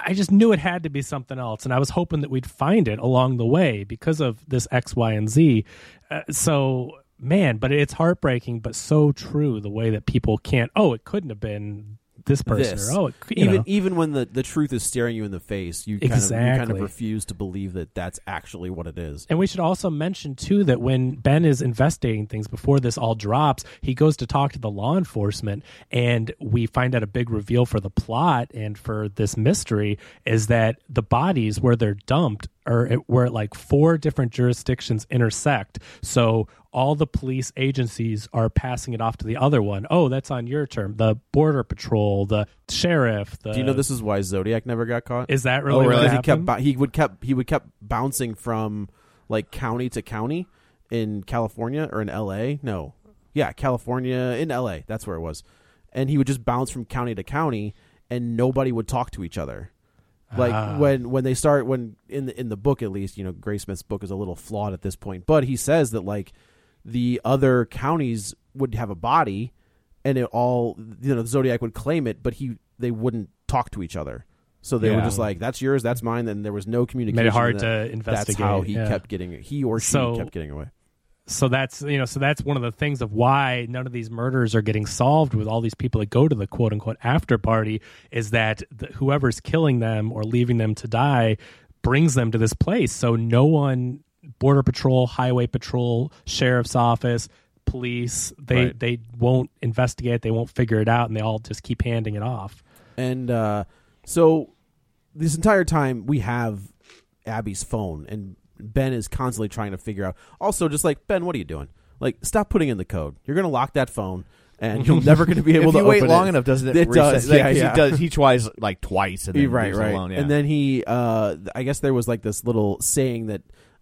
Speaker 4: i just knew it had to be something else and i was hoping that we'd find it along the way because of this x y and z uh, so man but it's heartbreaking but so true the way that people can't oh it couldn't have been this person
Speaker 3: This.
Speaker 4: or oh it could you
Speaker 3: even
Speaker 4: know.
Speaker 3: even when the, the truth is staring you in the face, you kind of you kind of
Speaker 4: Exactly.
Speaker 3: refuse to believe that that's actually what it is.
Speaker 4: And we should also mention too that when Ben is investigating things before this all drops, he goes to talk to the law enforcement, and we find out a big reveal for the plot and for this mystery is that the bodies where they're dumped are at, where like four different jurisdictions intersect. So all the police agencies are passing it off to the other one. Oh, that's on your term. The border patrol, the sheriff. The,
Speaker 3: Do you know this is why Zodiac never got caught? Oh,
Speaker 4: Is that really? what
Speaker 3: He kept
Speaker 4: happened?
Speaker 3: bou- he would kept he would kept bouncing from like county to county in California or in L.A. No, yeah, California in L.A. That's where it was, and he would just bounce from county to county, and nobody would talk to each other. Like
Speaker 4: Ah.
Speaker 3: when when they start when in the in the book at least you know Gray Smith's book is a little flawed at this point, but he says that like the other counties would have a body, and it all you know the Zodiac would claim it, but he they wouldn't talk to each other. So they were
Speaker 4: Yeah.
Speaker 3: just like, "That's yours, that's mine." Then there was no communication.
Speaker 4: hard
Speaker 3: and
Speaker 4: to
Speaker 3: that- That's
Speaker 4: investigate,
Speaker 3: how he
Speaker 4: yeah.
Speaker 3: kept getting he or she
Speaker 4: So-
Speaker 3: kept getting away.
Speaker 4: so that's you know so that's one of the things of why none of these murders are getting solved with all these people that go to the quote unquote after party is that th- whoever's killing them or leaving them to die brings them to this place so no one border patrol highway patrol sheriff's office police they
Speaker 3: Right.
Speaker 4: they won't investigate they won't figure it out and they all just keep handing it off
Speaker 3: And uh, so this entire time we have Abby's phone, and Ben is constantly trying to figure out. Also, just like Ben, what are you doing? Like, stop putting in the code. You're gonna lock that phone, and you're never gonna be able
Speaker 2: if
Speaker 3: to
Speaker 2: you wait
Speaker 3: open
Speaker 2: long
Speaker 3: it.
Speaker 2: enough, doesn't it?
Speaker 3: It
Speaker 2: reset?
Speaker 3: does.
Speaker 2: Like,
Speaker 3: yeah,
Speaker 2: 'cause
Speaker 3: yeah.
Speaker 2: He does. He tries like twice, and then
Speaker 3: right,
Speaker 2: leaves
Speaker 3: right.
Speaker 2: alone. Yeah.
Speaker 3: And then he, uh, th- I guess there was like this little saying that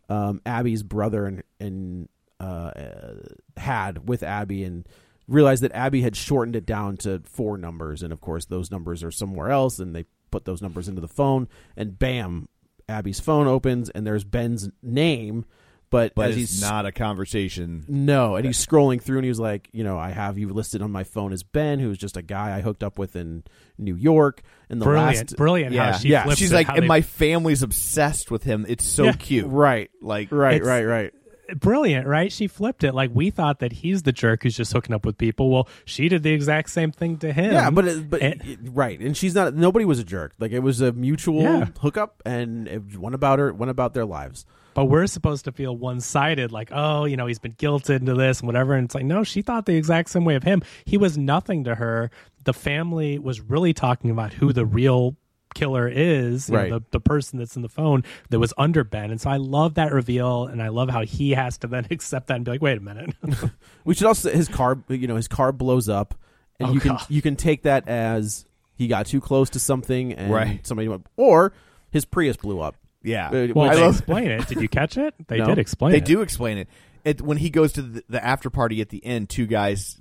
Speaker 3: um, Abby's brother and, and uh, uh, had with Abby, and realized that Abby had shortened it down to four numbers, and of course those numbers are somewhere else, and they put those numbers into the phone, and bam, Abby's phone opens, and there's Ben's name, but,
Speaker 2: but
Speaker 3: as
Speaker 2: it's
Speaker 3: he's
Speaker 2: not a conversation.
Speaker 3: no, and he's scrolling through and he was like, you know, I have you listed on my phone as Ben, who's just a guy I hooked up with in New York. And the
Speaker 4: brilliant
Speaker 3: last
Speaker 4: brilliant
Speaker 2: yeah,
Speaker 4: how she
Speaker 3: yeah.
Speaker 4: flips
Speaker 2: she's
Speaker 4: it,
Speaker 2: like,
Speaker 4: how
Speaker 2: and
Speaker 4: they-
Speaker 2: my family's obsessed with him. It's so
Speaker 4: Yeah.
Speaker 2: cute,
Speaker 3: Right.
Speaker 2: Like,
Speaker 3: Right,
Speaker 4: It's-
Speaker 3: right, right.
Speaker 4: brilliant, right? She flipped it. Like we thought that he's the jerk who's just hooking up with people. Well, she did the exact same thing to him.
Speaker 3: Yeah, but it, but
Speaker 4: And-
Speaker 3: it- right, and she's not. Nobody was a jerk. Like it was a mutual
Speaker 4: Yeah.
Speaker 3: hookup, and it went about her, went about their lives.
Speaker 4: but we're supposed to feel one sided, like oh, you know, he's been guilted into this and whatever. And it's like no, she thought the exact same way of him. He was nothing to her. The family was really talking about who the real killer is, you know,
Speaker 3: Right.
Speaker 4: the, the person that's in the phone that was under Ben. And so I love that reveal and I love how he has to then accept that and be like, wait a minute.
Speaker 3: We should also his car. You know, his car blows up, and
Speaker 4: Oh,
Speaker 3: you can
Speaker 4: God.
Speaker 3: you can take that as he got too close to something, and
Speaker 2: Right.
Speaker 3: somebody went, or his Prius blew up.
Speaker 2: yeah.
Speaker 3: Uh,
Speaker 4: well,
Speaker 3: I
Speaker 4: they
Speaker 3: love-
Speaker 4: explain it. Did you catch it? They
Speaker 3: No.
Speaker 4: did explain
Speaker 2: they
Speaker 4: it.
Speaker 2: do explain it. it when he goes to the, the after party at the end two guys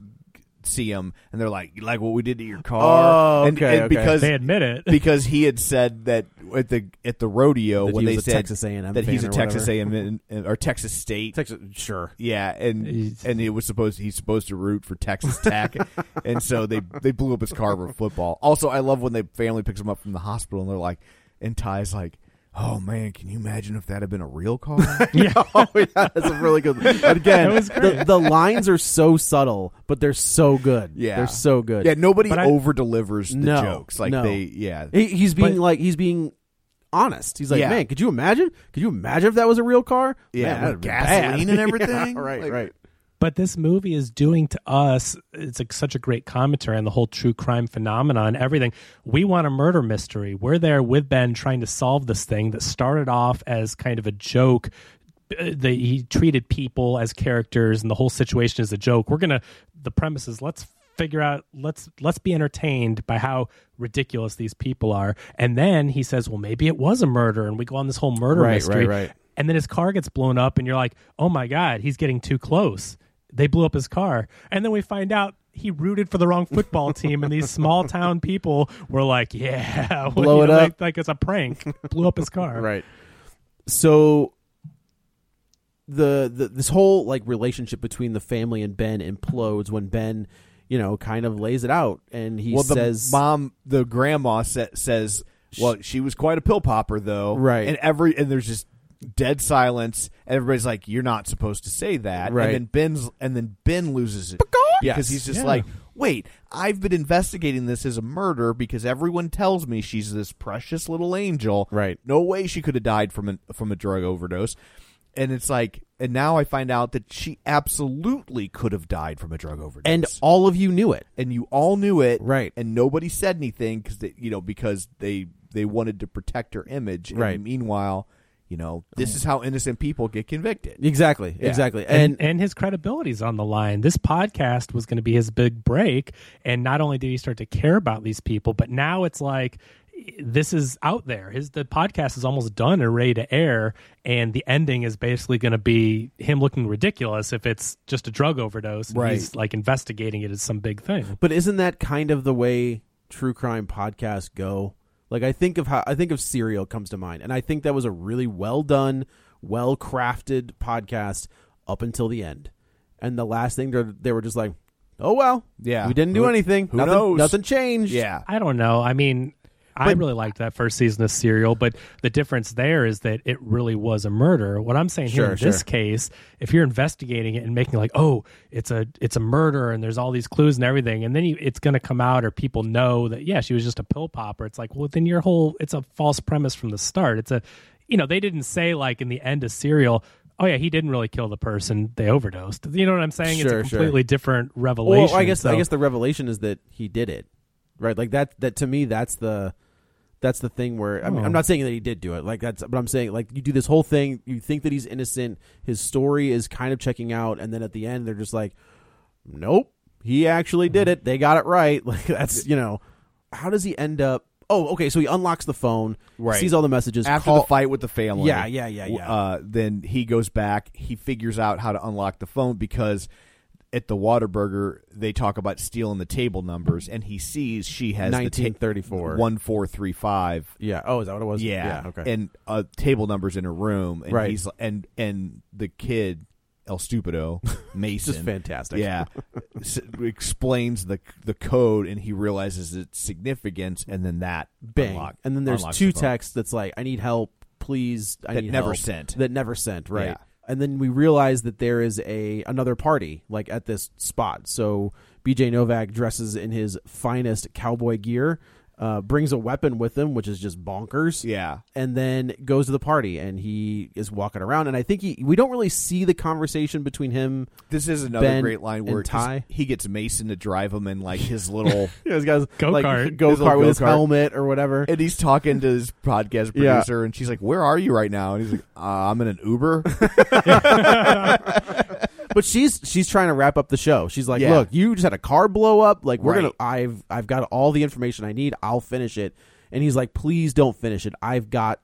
Speaker 2: see him and they're like "You like what we did to your car
Speaker 3: Oh,
Speaker 2: and,
Speaker 3: okay,
Speaker 2: and
Speaker 3: okay.
Speaker 2: because
Speaker 4: They admit it.
Speaker 2: because he had said that at the at the rodeo
Speaker 3: That
Speaker 2: when
Speaker 3: he
Speaker 2: they
Speaker 3: was a
Speaker 2: said
Speaker 3: Texas A&M
Speaker 2: that he's a
Speaker 3: fan or
Speaker 2: Texas A&M in- in- or Texas State
Speaker 3: Texas, sure.
Speaker 2: yeah and
Speaker 4: He's-
Speaker 2: and it was supposed he's supposed to root for Texas Tech and so they they blew up his car with football also I love when the family picks him up from the hospital and they're like and Ty's like Oh man, can you imagine if that had been a real car?
Speaker 4: Yeah.
Speaker 3: oh yeah, that's a really good. Again,
Speaker 4: That was
Speaker 3: the,
Speaker 4: great.
Speaker 3: the lines are so subtle, but they're so good.
Speaker 2: yeah,
Speaker 3: they're so good.
Speaker 2: Yeah, nobody
Speaker 4: But I-
Speaker 2: over delivers the
Speaker 3: No,
Speaker 2: jokes. Like
Speaker 3: no.
Speaker 2: they, yeah,
Speaker 3: He- he's being
Speaker 4: But-
Speaker 3: like he's being honest. He's like,
Speaker 2: Yeah.
Speaker 3: man, could you imagine? Could you imagine if that was a real car?
Speaker 2: Yeah,
Speaker 3: Man,
Speaker 2: with
Speaker 3: that'd be
Speaker 2: gasoline
Speaker 3: bad.
Speaker 2: and
Speaker 3: Yeah,
Speaker 2: everything?
Speaker 3: right,
Speaker 2: Like-
Speaker 3: right.
Speaker 4: But this movie is doing to us, it's like such a great commentary on the whole true crime phenomenon, everything. We want a murder mystery. We're there with Ben trying to solve this thing that started off as kind of a joke. Uh, They he treated people as characters and the whole situation is a joke. We're going to, the premise is let's figure out let's let's be entertained by how ridiculous these people are and then he says well maybe it was a murder and we go on this whole murder
Speaker 3: Right,
Speaker 4: mystery
Speaker 3: right, right.
Speaker 4: and then his car gets blown up and you're like oh my god he's getting too close they blew up his car and then we find out he rooted for the wrong football team and these small town people were like yeah well,
Speaker 3: Blow
Speaker 4: you
Speaker 3: it
Speaker 4: know,
Speaker 3: up.
Speaker 4: like, like it's a prank blew up his car
Speaker 3: Right. So the, the this whole like relationship between the family and Ben implodes when Ben, you know, kind of lays it out and he
Speaker 2: well, the
Speaker 3: says
Speaker 2: mom, the grandma sa- says, "Well, she was quite a pill popper, though."
Speaker 3: Right.
Speaker 2: and every and there's just dead silence. And everybody's like, "You're not supposed to say that."
Speaker 3: Right.
Speaker 2: And then Ben's and then Ben loses it
Speaker 3: Yes.
Speaker 2: because he's just
Speaker 4: Yeah.
Speaker 2: like, "Wait, I've been investigating this as a murder because everyone tells me she's this precious little angel.
Speaker 3: Right.
Speaker 2: No way she could have died from a from a drug overdose." And it's like, and now I find out that she absolutely could have died from a drug overdose
Speaker 3: and all of you knew it.
Speaker 2: and you all knew it,
Speaker 3: Right.
Speaker 2: And nobody said anything because they, you know, because they they wanted to protect her image, and
Speaker 3: Right. Mm.
Speaker 2: Meanwhile, you know, this is how innocent people get convicted.
Speaker 3: Exactly.
Speaker 2: Yeah.
Speaker 3: Exactly.
Speaker 4: and,
Speaker 3: and
Speaker 4: and his credibility's on the line. This podcast was going to be his big break, and not only did he start to care about these people, but now it's like this is out there. His the podcast is almost done and ready to air, and the ending is basically going to be him looking ridiculous if it's just a drug overdose. and
Speaker 2: Right.
Speaker 4: he's like investigating it as some big thing.
Speaker 3: But isn't that kind of the way true crime podcasts go? Like I think of how I think of Serial comes to mind, and I think that was a really well done, well crafted podcast up until the end. And the last thing they they were just like, "Oh well,
Speaker 2: Yeah.
Speaker 3: we didn't do
Speaker 2: Who-
Speaker 3: anything.
Speaker 2: who
Speaker 3: nothing,
Speaker 2: knows?"
Speaker 3: nothing changed.
Speaker 2: Yeah,
Speaker 4: I don't know. I mean. I really liked that first season of Serial, but the difference there is that it really was a murder. What I'm saying
Speaker 3: Sure,
Speaker 4: here in this
Speaker 3: sure.
Speaker 4: case, if you're investigating it and making like, oh, it's a it's a murder and there's all these clues and everything, and then you, it's going to come out or people know that yeah, she was just a pill popper. It's like, well, then your whole it's a false premise from the start. It's a you know they didn't say like in the end of Serial. Oh yeah, he didn't really kill the person. They overdosed. You know what I'm saying?
Speaker 3: Sure,
Speaker 4: it's a
Speaker 3: sure.
Speaker 4: completely different revelation.
Speaker 3: Well, I guess I
Speaker 4: so-
Speaker 3: guess the revelation is that he did it, right? Like that. That to me, that's the that's the thing where I mean,
Speaker 2: Oh.
Speaker 3: I'm not saying that he did do it. Like that's, but I'm saying like you do this whole thing. You think that he's innocent. His story is kind of checking out, and then at the end, they're just like, nope, he actually did it. They got it right. Like that's you know, how does he end up? Oh, okay. So he unlocks the phone,
Speaker 2: Right.
Speaker 3: sees all the messages.
Speaker 2: after
Speaker 3: call-
Speaker 2: the fight with the family,
Speaker 3: Yeah, yeah, yeah, yeah.
Speaker 2: Uh, then he goes back. He figures out how to unlock the phone because at the Waterburger they talk about stealing the table numbers, and he sees she has the
Speaker 3: 1934.
Speaker 2: one four three five
Speaker 3: Yeah. Oh, is that what it was?
Speaker 2: Yeah.
Speaker 3: okay.
Speaker 2: And uh, table numbers in a room, and
Speaker 3: Right.
Speaker 2: he's and and the kid El Stupido Mason,
Speaker 3: Just fantastic.
Speaker 2: Yeah, s- explains the the code, and he realizes its significance, and then that
Speaker 3: bang
Speaker 2: unlock-
Speaker 3: and then there's
Speaker 2: unlocks
Speaker 3: two
Speaker 2: the phone.
Speaker 3: texts that's like i need help please i
Speaker 2: That
Speaker 3: need
Speaker 2: never
Speaker 3: help."
Speaker 2: sent.
Speaker 3: that never sent right
Speaker 2: Yeah.
Speaker 3: and then we realize that there is a another party like at this spot so bj novak dresses in his finest cowboy gear uh, brings a weapon with him which is just bonkers
Speaker 2: Yeah,
Speaker 3: and then goes to the party and he is walking around and i think he we don't really see the conversation between him
Speaker 2: this is another
Speaker 3: Ben
Speaker 2: great line
Speaker 3: and
Speaker 2: where it's-
Speaker 3: Ty.
Speaker 2: he gets Mason to drive him in like his little.
Speaker 3: yeah, this guy's
Speaker 4: Go-kart.
Speaker 3: go
Speaker 2: His
Speaker 3: kart
Speaker 2: little
Speaker 3: with his
Speaker 2: go-kart.
Speaker 3: helmet or whatever
Speaker 2: And he's talking to his podcast
Speaker 3: Yeah.
Speaker 2: producer, and she's like, "Where are you right now?" And he's like, uh, "I'm in an Uber."
Speaker 3: But she's she's trying to wrap up the show. She's like,
Speaker 2: Yeah.
Speaker 3: "Look, you just had a car blow up. Like we're
Speaker 2: Right.
Speaker 3: gonna. I've I've got all the information I need. I'll finish it." And he's like, "Please don't finish it. I've got.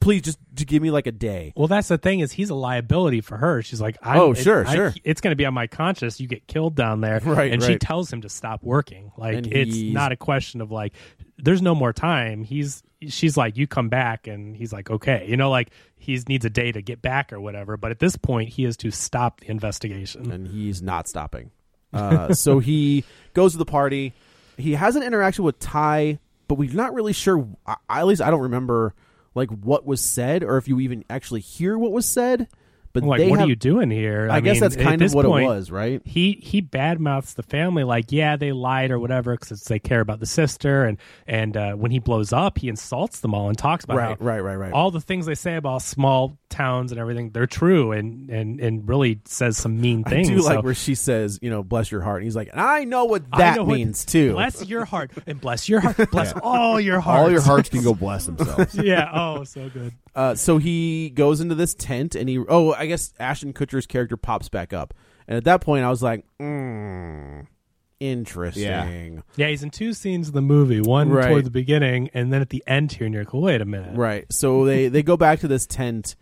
Speaker 3: Please just, just give me like a day."
Speaker 4: Well, that's the thing is he's a liability for her. She's like, i
Speaker 3: Oh,
Speaker 4: it-
Speaker 3: sure,
Speaker 4: I-
Speaker 3: sure.
Speaker 4: It's going to be on my conscience. You get killed down there,
Speaker 3: Right,
Speaker 4: And she
Speaker 3: right.
Speaker 4: tells him to stop working. Like
Speaker 3: And
Speaker 4: it's
Speaker 3: he's-
Speaker 4: not a question of like, there's no more time. He's she's like, you come back, and he's like, okay, you know, like he needs a day to get back or whatever. But at this point, he is to stop the investigation.
Speaker 3: And he's not stopping. Uh, so he goes to the party. He has an interaction with Ty, but we're not really sure. I, at least I don't remember. like what was said or if you even actually hear what was said. But
Speaker 4: like,
Speaker 3: they
Speaker 4: what
Speaker 3: have,
Speaker 4: are you doing here?
Speaker 3: I, guess
Speaker 4: mean,
Speaker 3: that's
Speaker 4: at
Speaker 3: kind
Speaker 4: this
Speaker 3: of what
Speaker 4: point,
Speaker 3: it was, right?
Speaker 4: He he badmouths the family, like, yeah, they lied or whatever, because they care about the sister. And and uh, when he blows up, he insults them all and talks about
Speaker 3: Right,
Speaker 4: how
Speaker 3: right, right, right.
Speaker 4: All the things they say about small towns and everything, they're true, and and and really says some mean things.
Speaker 3: I do like
Speaker 4: so-
Speaker 3: where she says, you know, bless your heart. And he's like, and I know what
Speaker 4: I
Speaker 3: that
Speaker 4: know what-
Speaker 3: means too.
Speaker 4: Bless your heart and bless your heart, bless all your hearts.
Speaker 2: All your hearts can go bless themselves.
Speaker 4: yeah. Oh, so good.
Speaker 3: Uh, so he goes into this tent and he, oh, I guess Ashton Kutcher's character pops back up. And at that point, I was like, mm, interesting.
Speaker 4: Yeah, he's in two scenes of the movie. One
Speaker 3: Right.
Speaker 4: toward the beginning, and then at the end here, and you're like, wait a minute.
Speaker 3: Right. So they they go back to this tent,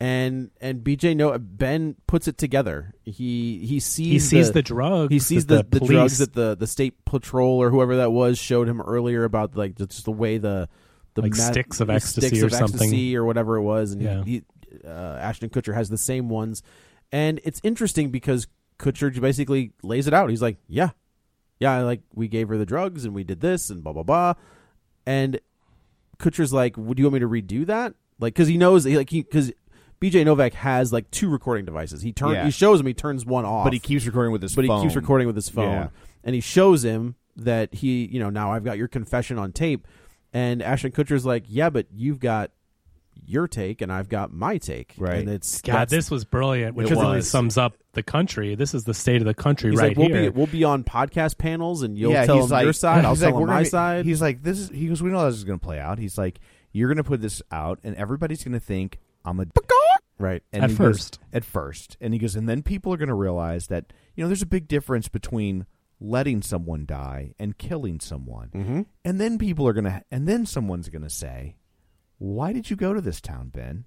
Speaker 3: and and BJ no Ben puts it together. He he sees
Speaker 4: He sees the, drugs.
Speaker 3: he sees the,
Speaker 4: that
Speaker 3: the,
Speaker 4: police,
Speaker 3: drugs that the the state patrol or whoever that was showed him earlier about like just the way the the
Speaker 4: Like sticks of
Speaker 3: the
Speaker 4: ecstasy
Speaker 3: sticks
Speaker 4: or
Speaker 3: of
Speaker 4: something.
Speaker 3: ecstasy or whatever it was, and he-
Speaker 4: Yeah.
Speaker 3: he, uh, Ashton Kutcher has the same ones, and it's interesting because Kutcher basically lays it out. He's like, yeah, yeah, like we gave her the drugs and we did this and blah blah blah, and Kutcher's like, "Would you want me to redo that?" Like, because he knows, he, like, he because BJ Novak has like two recording devices. He turns,
Speaker 2: Yeah.
Speaker 3: he shows him, he turns one off,
Speaker 2: But he keeps recording with his
Speaker 3: but
Speaker 2: phone.
Speaker 3: he keeps recording with his phone,
Speaker 2: Yeah.
Speaker 3: and he shows him that he, you know, now I've got your confession on tape, and Ashton Kutcher's like, "Yeah, but you've got your take, and I've got my take,
Speaker 2: Right.
Speaker 3: And it's
Speaker 4: God,
Speaker 3: that's-
Speaker 4: this was brilliant, which
Speaker 2: It
Speaker 4: really
Speaker 2: was.
Speaker 4: sums up the country. This is the state of the country
Speaker 3: He's
Speaker 4: right
Speaker 3: like, we'll
Speaker 4: here.
Speaker 3: be we'll be on podcast panels, and you'll tell him your side. I'll
Speaker 2: he's
Speaker 3: tell
Speaker 2: like,
Speaker 3: him
Speaker 2: we're
Speaker 3: my
Speaker 2: gonna-
Speaker 3: side.
Speaker 2: He's like, this is. He goes, we know how this is going to play out. He's like, you're going to put this out, and everybody's going to think I'm a. dick."
Speaker 3: right.
Speaker 2: And
Speaker 4: At
Speaker 2: he goes-
Speaker 4: first.
Speaker 2: at first, and he goes, and then people are going to realize that you know there's a big difference between letting someone die and killing someone, mm-hmm. and then people are going to, and then someone's going to say, why did you go to this town, Ben?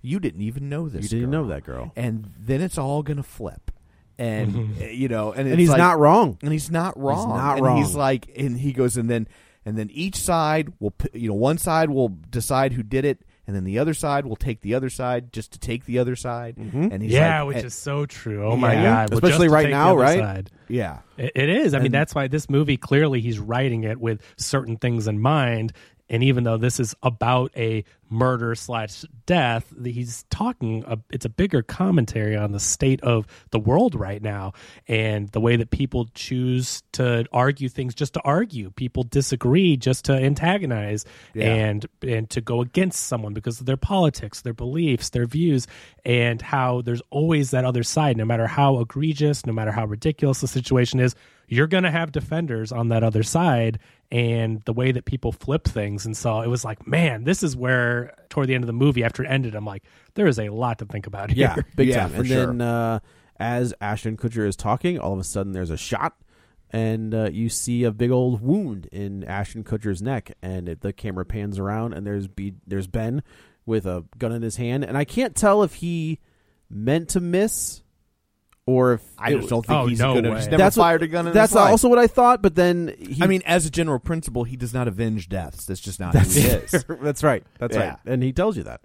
Speaker 2: You didn't even know this.
Speaker 3: You didn't
Speaker 2: girl."
Speaker 3: know that girl.
Speaker 2: and then it's all going to flip, and uh, you know, and,
Speaker 3: And
Speaker 2: it's
Speaker 3: he's
Speaker 2: like-
Speaker 3: not wrong.
Speaker 2: and he's not wrong.
Speaker 3: not
Speaker 2: and
Speaker 3: wrong.
Speaker 2: He's like, and he goes, and then, and then each side will, p- you know, one side will decide who did it, and then the other side will take the other side just to take the other side.
Speaker 3: Mm-hmm.
Speaker 2: And he's
Speaker 4: yeah,
Speaker 2: like, eh,
Speaker 4: which
Speaker 2: and-
Speaker 4: is so true. Oh my
Speaker 2: Yeah.
Speaker 4: God. Well, just
Speaker 3: Especially
Speaker 4: to
Speaker 3: right
Speaker 4: take the
Speaker 3: now,
Speaker 4: other
Speaker 3: right?
Speaker 4: side.
Speaker 2: yeah,
Speaker 4: It, it is. I mean, that's why this movie clearly he's writing it with certain things in mind. And even though this is about a murder slash death, the- he's talking. A, it's a bigger commentary on the state of the world right now and the way that people choose to argue things just to argue. People disagree just to antagonize and and to go against someone because of their politics, their beliefs, their views, and how there's always that other side. No matter how egregious, no matter how ridiculous the situation is, you're going to have defenders on that other side. And the way that people flip things, and so it was like, man, this is where toward the end of the movie, after it ended, I'm like, there is a lot to think about here.
Speaker 3: Yeah, big
Speaker 2: Yeah,
Speaker 3: time.
Speaker 2: for
Speaker 3: And
Speaker 2: sure.
Speaker 3: then uh, as Ashton Kutcher is talking, all of a sudden there's a shot, and uh, you see a big old wound in Ashton Kutcher's neck, and it, the camera pans around, and there's B, there's Ben with a gun in his hand, and I can't tell if he meant to miss or if
Speaker 2: I
Speaker 3: it-
Speaker 2: just don't think
Speaker 4: oh,
Speaker 2: he's
Speaker 4: no
Speaker 2: good.
Speaker 4: way.
Speaker 2: He's never
Speaker 3: what-
Speaker 2: fired a gun. In
Speaker 3: that's
Speaker 2: his life.
Speaker 3: also what I thought, but then he,
Speaker 2: I mean, as a general principle, he does not avenge deaths. That's just not who he is.
Speaker 3: that's right, that's
Speaker 2: Yeah.
Speaker 3: right, and he tells you that.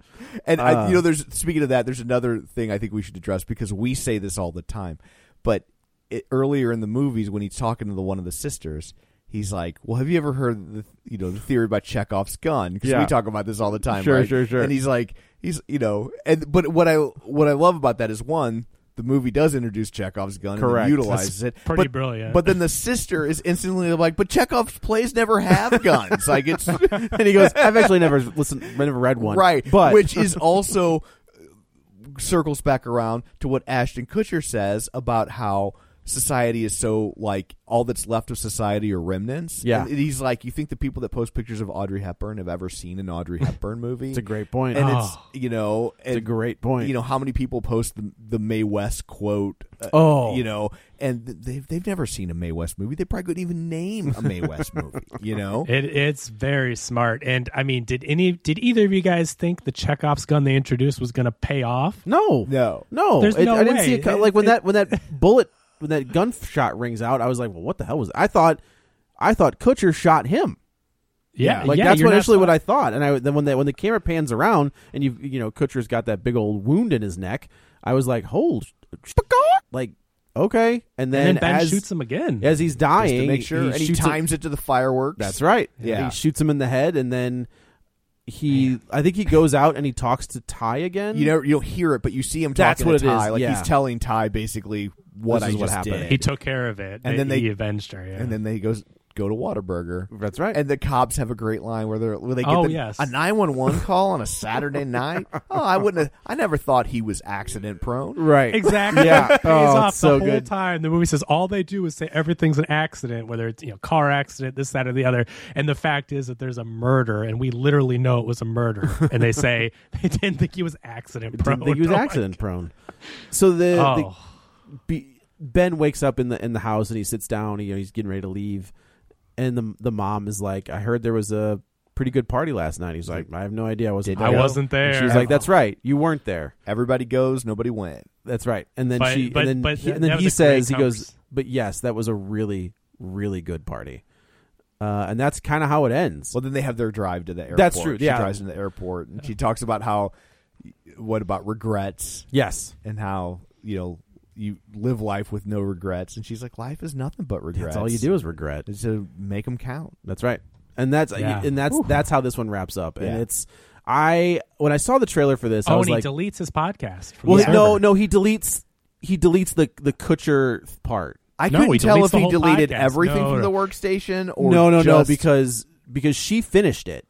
Speaker 2: And I,
Speaker 3: Uh.
Speaker 2: you know, there's speaking of that, there's another thing I think we should address because we say this all the time. But it, earlier in the movies, when he's talking to the one of the sisters, he's like, "Well, have you ever heard the you know the theory about Chekhov's gun? Because
Speaker 3: Yeah.
Speaker 2: we talk about this all the time,
Speaker 3: Sure,
Speaker 2: right?
Speaker 3: sure, sure.
Speaker 2: And he's like, he's you know, and but what I what I love about that is one. The movie does introduce Chekhov's gun
Speaker 3: Correct.
Speaker 2: and then utilizes
Speaker 4: That's
Speaker 2: it.
Speaker 4: pretty
Speaker 2: but,
Speaker 4: brilliant.
Speaker 2: But then the sister is instantly like, "But Chekhov's plays never have guns." like it's, and he goes,
Speaker 3: I've actually never listened, never read one,
Speaker 2: Right.
Speaker 3: But
Speaker 2: which is also uh, circles back around to what Ashton Kutcher says about how society is so like all that's left of society are remnants.
Speaker 3: Yeah.
Speaker 2: And he's like, you think the people that post pictures of Audrey Hepburn have ever seen an Audrey Hepburn movie?
Speaker 3: It's a great point. Ah.
Speaker 2: And
Speaker 4: Oh.
Speaker 2: it's you know,
Speaker 3: it's a
Speaker 2: and,
Speaker 3: great point.
Speaker 2: You know how many people post the, the May West quote? uh,
Speaker 3: Oh.
Speaker 2: you know, and th- they've they've never seen a May West movie. They probably couldn't even name a May West movie. You know,
Speaker 4: It, it's very smart. And I mean, did any did either of you guys think the Chekhov's gun they introduced was going to pay off?
Speaker 3: No,
Speaker 2: No.
Speaker 3: no.
Speaker 4: There's
Speaker 3: It-
Speaker 4: no
Speaker 3: I didn't see it.
Speaker 4: way.
Speaker 3: co- Like when
Speaker 4: It-
Speaker 3: that when that bullet when that gunshot rings out, I was like, well, what the hell was? That? I thought, I thought Kutcher shot him.
Speaker 4: Yeah,
Speaker 3: like
Speaker 4: yeah,
Speaker 3: that's
Speaker 4: you're
Speaker 3: what
Speaker 4: not
Speaker 3: initially what
Speaker 4: wrong.
Speaker 3: I thought. And I then when that when the camera pans around and you you know Kutcher's got that big old wound in his neck, I was like, hold, sh- like okay. And then,
Speaker 4: And, then Ben
Speaker 3: as,
Speaker 4: shoots him again.
Speaker 3: as he's dying,
Speaker 2: just to make sure,
Speaker 3: he
Speaker 2: and he
Speaker 3: shoots him-
Speaker 2: times it to the fireworks.
Speaker 3: That's right.
Speaker 2: Yeah.
Speaker 3: he shoots him in the head, and then he I think he goes out and he talks to Ty again.
Speaker 2: You know, you'll hear it, but you see him talking
Speaker 3: That's
Speaker 2: to
Speaker 3: what it
Speaker 2: Ty.
Speaker 3: is,
Speaker 2: Like
Speaker 3: yeah.
Speaker 2: he's telling Ty basically what
Speaker 3: This
Speaker 2: I
Speaker 3: is what
Speaker 2: just
Speaker 3: happened.
Speaker 2: did.
Speaker 4: He took care of it,
Speaker 2: And then
Speaker 4: he
Speaker 2: they-
Speaker 4: avenged her. Yeah.
Speaker 2: and then they goes go to Waterburger.
Speaker 3: That's right.
Speaker 2: And the cops have a great line where they're where they get
Speaker 4: Oh,
Speaker 2: the-
Speaker 4: yes.
Speaker 2: a nine one one call on a Saturday night. Oh, I wouldn't. Have, I never thought he was accident prone.
Speaker 3: right.
Speaker 4: Exactly.
Speaker 3: Yeah.
Speaker 4: It pays
Speaker 3: Oh,
Speaker 4: off
Speaker 3: it's so
Speaker 4: the whole
Speaker 3: good.
Speaker 4: time. The movie says all they do is say everything's an accident, whether it's you know car accident, this, that, or the other. And the fact is that there's a murder, and we literally know it was a murder. and they say they didn't think he was accident prone.
Speaker 3: Didn't think he was
Speaker 4: Oh my
Speaker 3: accident prone. So the, the-
Speaker 4: Oh.
Speaker 3: be, Ben wakes up in the in the house and he sits down. You know, he's getting ready to leave, and the the mom is like, "I heard there was a pretty good party last night." He's like, "I have no idea. I wasn't.
Speaker 4: I wasn't there.
Speaker 3: And she was like, "That's right. You weren't there.
Speaker 2: Everybody goes, nobody went.
Speaker 3: That's right." And then
Speaker 4: But-
Speaker 3: she
Speaker 4: but-
Speaker 3: and then
Speaker 4: but
Speaker 3: he, and
Speaker 4: that
Speaker 3: then
Speaker 4: was
Speaker 3: he
Speaker 4: a great
Speaker 3: says, "He goes,
Speaker 4: convers-
Speaker 3: but yes, that was a really really good party." Uh, and that's kind of how it ends.
Speaker 2: Well, then they have their drive to the airport.
Speaker 3: That's true,
Speaker 2: She
Speaker 3: yeah.
Speaker 2: drives into the airport and she talks about how what about regrets
Speaker 3: yes,
Speaker 2: and how you know you live life with no regrets. And she's like, life is nothing but regrets.
Speaker 3: that's all you do is regret.
Speaker 2: is to make them count.
Speaker 3: That's right. And that's uh,
Speaker 4: Yeah.
Speaker 3: and that's that's how this one wraps up. And
Speaker 2: Yeah.
Speaker 3: it's I when I saw the trailer for this, I
Speaker 4: Oh,
Speaker 3: was
Speaker 4: and
Speaker 3: like,
Speaker 4: he deletes his podcast. From
Speaker 3: well,
Speaker 4: the
Speaker 3: no,
Speaker 4: server.
Speaker 3: no, he deletes he deletes the the Kutcher part.
Speaker 2: I
Speaker 4: No,
Speaker 2: couldn't
Speaker 4: he
Speaker 2: tell
Speaker 4: deletes
Speaker 2: if
Speaker 4: the
Speaker 2: he
Speaker 4: whole
Speaker 2: deleted
Speaker 4: podcast.
Speaker 2: everything
Speaker 4: No,
Speaker 2: from
Speaker 4: no.
Speaker 2: the workstation or
Speaker 3: No, no, no,
Speaker 2: just-
Speaker 3: because because she finished it.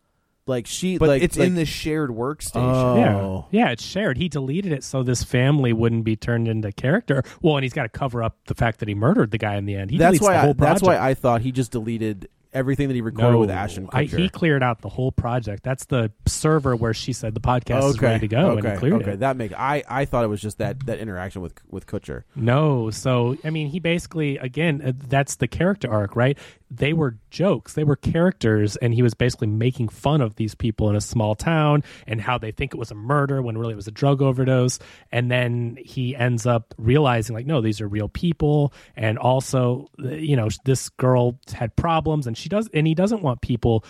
Speaker 3: Like she,
Speaker 2: but
Speaker 3: like
Speaker 2: it's
Speaker 3: like,
Speaker 2: in the shared workstation.
Speaker 3: Oh.
Speaker 4: Yeah. Yeah, it's shared. He deleted it so this family wouldn't be turned into character. Well, and he's got to cover up the fact that he murdered the guy in the end. He
Speaker 3: that's
Speaker 4: deletes the
Speaker 3: why I,
Speaker 4: whole
Speaker 3: that's
Speaker 4: project.
Speaker 3: why I thought he just deleted everything that he recorded with Ash and
Speaker 4: I-
Speaker 3: Kutcher.
Speaker 4: he cleared out the whole project. That's the server where she said the podcast is
Speaker 3: okay,
Speaker 4: ready to go,
Speaker 3: okay,
Speaker 4: and he cleared
Speaker 3: okay.
Speaker 4: it.
Speaker 3: That make I I thought it was just that that interaction with with Kutcher.
Speaker 4: No, so I mean, he basically again, uh, that's the character arc, right? They were jokes, they were characters, and he was basically making fun of these people in a small town and how they think it was a murder when really it was a drug overdose, and then he ends up realizing like, no, these are real people, and also, uh, you know, this girl had problems, and she does, and he doesn't want people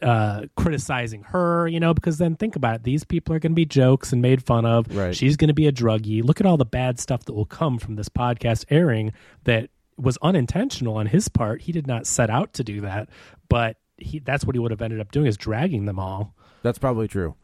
Speaker 4: uh, criticizing her, you know, because then think about it. These people are going to be jokes and made fun of.
Speaker 3: Right.
Speaker 4: She's going to be a druggie. Look at all the bad stuff that will come from this podcast airing that was unintentional on his part. He did not set out to do that, but he, that's what he would have ended up doing is dragging them all.
Speaker 3: That's probably true.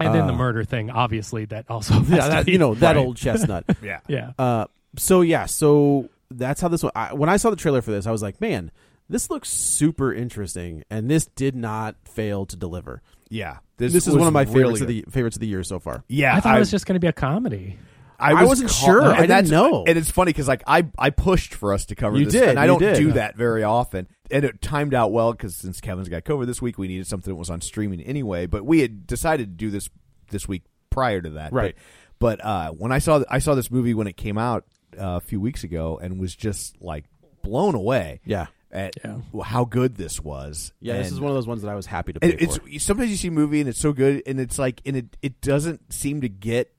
Speaker 4: And then the murder thing, obviously, that also. has
Speaker 3: Ah. Yeah,
Speaker 4: to
Speaker 3: that,
Speaker 4: be-
Speaker 3: you know
Speaker 4: Right.
Speaker 3: that old chestnut. yeah.
Speaker 4: Yeah.
Speaker 3: Uh, so yeah, so that's how this one. I, when I saw the trailer for this, I was like, man, this looks super interesting, and this did not fail to deliver.
Speaker 2: yeah,
Speaker 3: This, is
Speaker 2: was
Speaker 3: one of my
Speaker 2: really
Speaker 3: favorites
Speaker 2: good.
Speaker 3: of the favorites of the year so far.
Speaker 2: Yeah,
Speaker 4: I thought it was just going to be a comedy.
Speaker 3: I wasn't sure. I didn't
Speaker 2: that's-
Speaker 3: know.
Speaker 2: And it's funny because like I, I pushed for us to cover
Speaker 3: You
Speaker 2: this,
Speaker 3: did,
Speaker 2: and I
Speaker 3: you
Speaker 2: don't
Speaker 3: did.
Speaker 2: do that very often. And it timed out well because since Kevin's got COVID this week, we needed something that was on streaming anyway. But we had decided to do this this week prior to that,
Speaker 3: Right.
Speaker 2: But, but uh, when I saw I saw this movie when it came out uh, a few weeks ago, and was just like blown away.
Speaker 3: Yeah.
Speaker 2: At how good this was.
Speaker 3: Yeah, this
Speaker 2: And-
Speaker 3: is one of those ones that I was happy to pay
Speaker 2: and it's
Speaker 3: for.
Speaker 2: sometimes you see a movie and it's so good and it's like and it it doesn't seem to get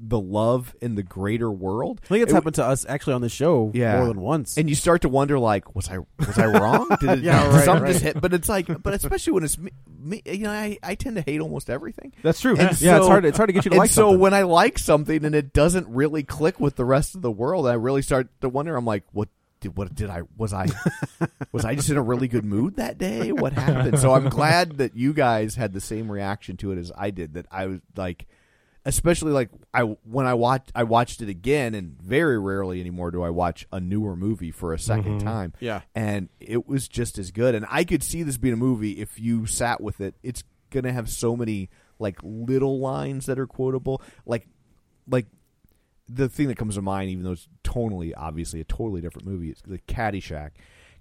Speaker 2: the love in the greater world.
Speaker 3: I think it's
Speaker 2: It-
Speaker 3: happened to us actually on the show
Speaker 2: yeah.
Speaker 3: more than once.
Speaker 2: And you start to wonder, like, was I was I wrong? Did it,
Speaker 3: Yeah,
Speaker 2: did
Speaker 3: right,
Speaker 2: something just
Speaker 3: right.
Speaker 2: hit? But it's like, but especially when it's me, me you know, I, I tend to hate almost everything.
Speaker 3: that's true.
Speaker 2: And
Speaker 3: yeah, it's
Speaker 2: so-
Speaker 3: hard. It's hard to get you to
Speaker 2: and
Speaker 3: like
Speaker 2: so
Speaker 3: something.
Speaker 2: when I like something and it doesn't really click with the rest of the world, I really start to wonder. I'm like, what? Did, what did I was I was I just in a really good mood that day? What happened? So I'm glad that you guys had the same reaction to it as I did. That I was like, especially like I when I watched I watched it again, and very rarely anymore do I watch a newer movie for a 2nd time.
Speaker 3: Mm-hmm. Yeah.
Speaker 2: and it was just as good. And I could see this being a movie if you sat with it. It's gonna have so many like little lines that are quotable, like like the thing that comes to mind, even though it's tonally obviously a totally different movie, is the Caddyshack.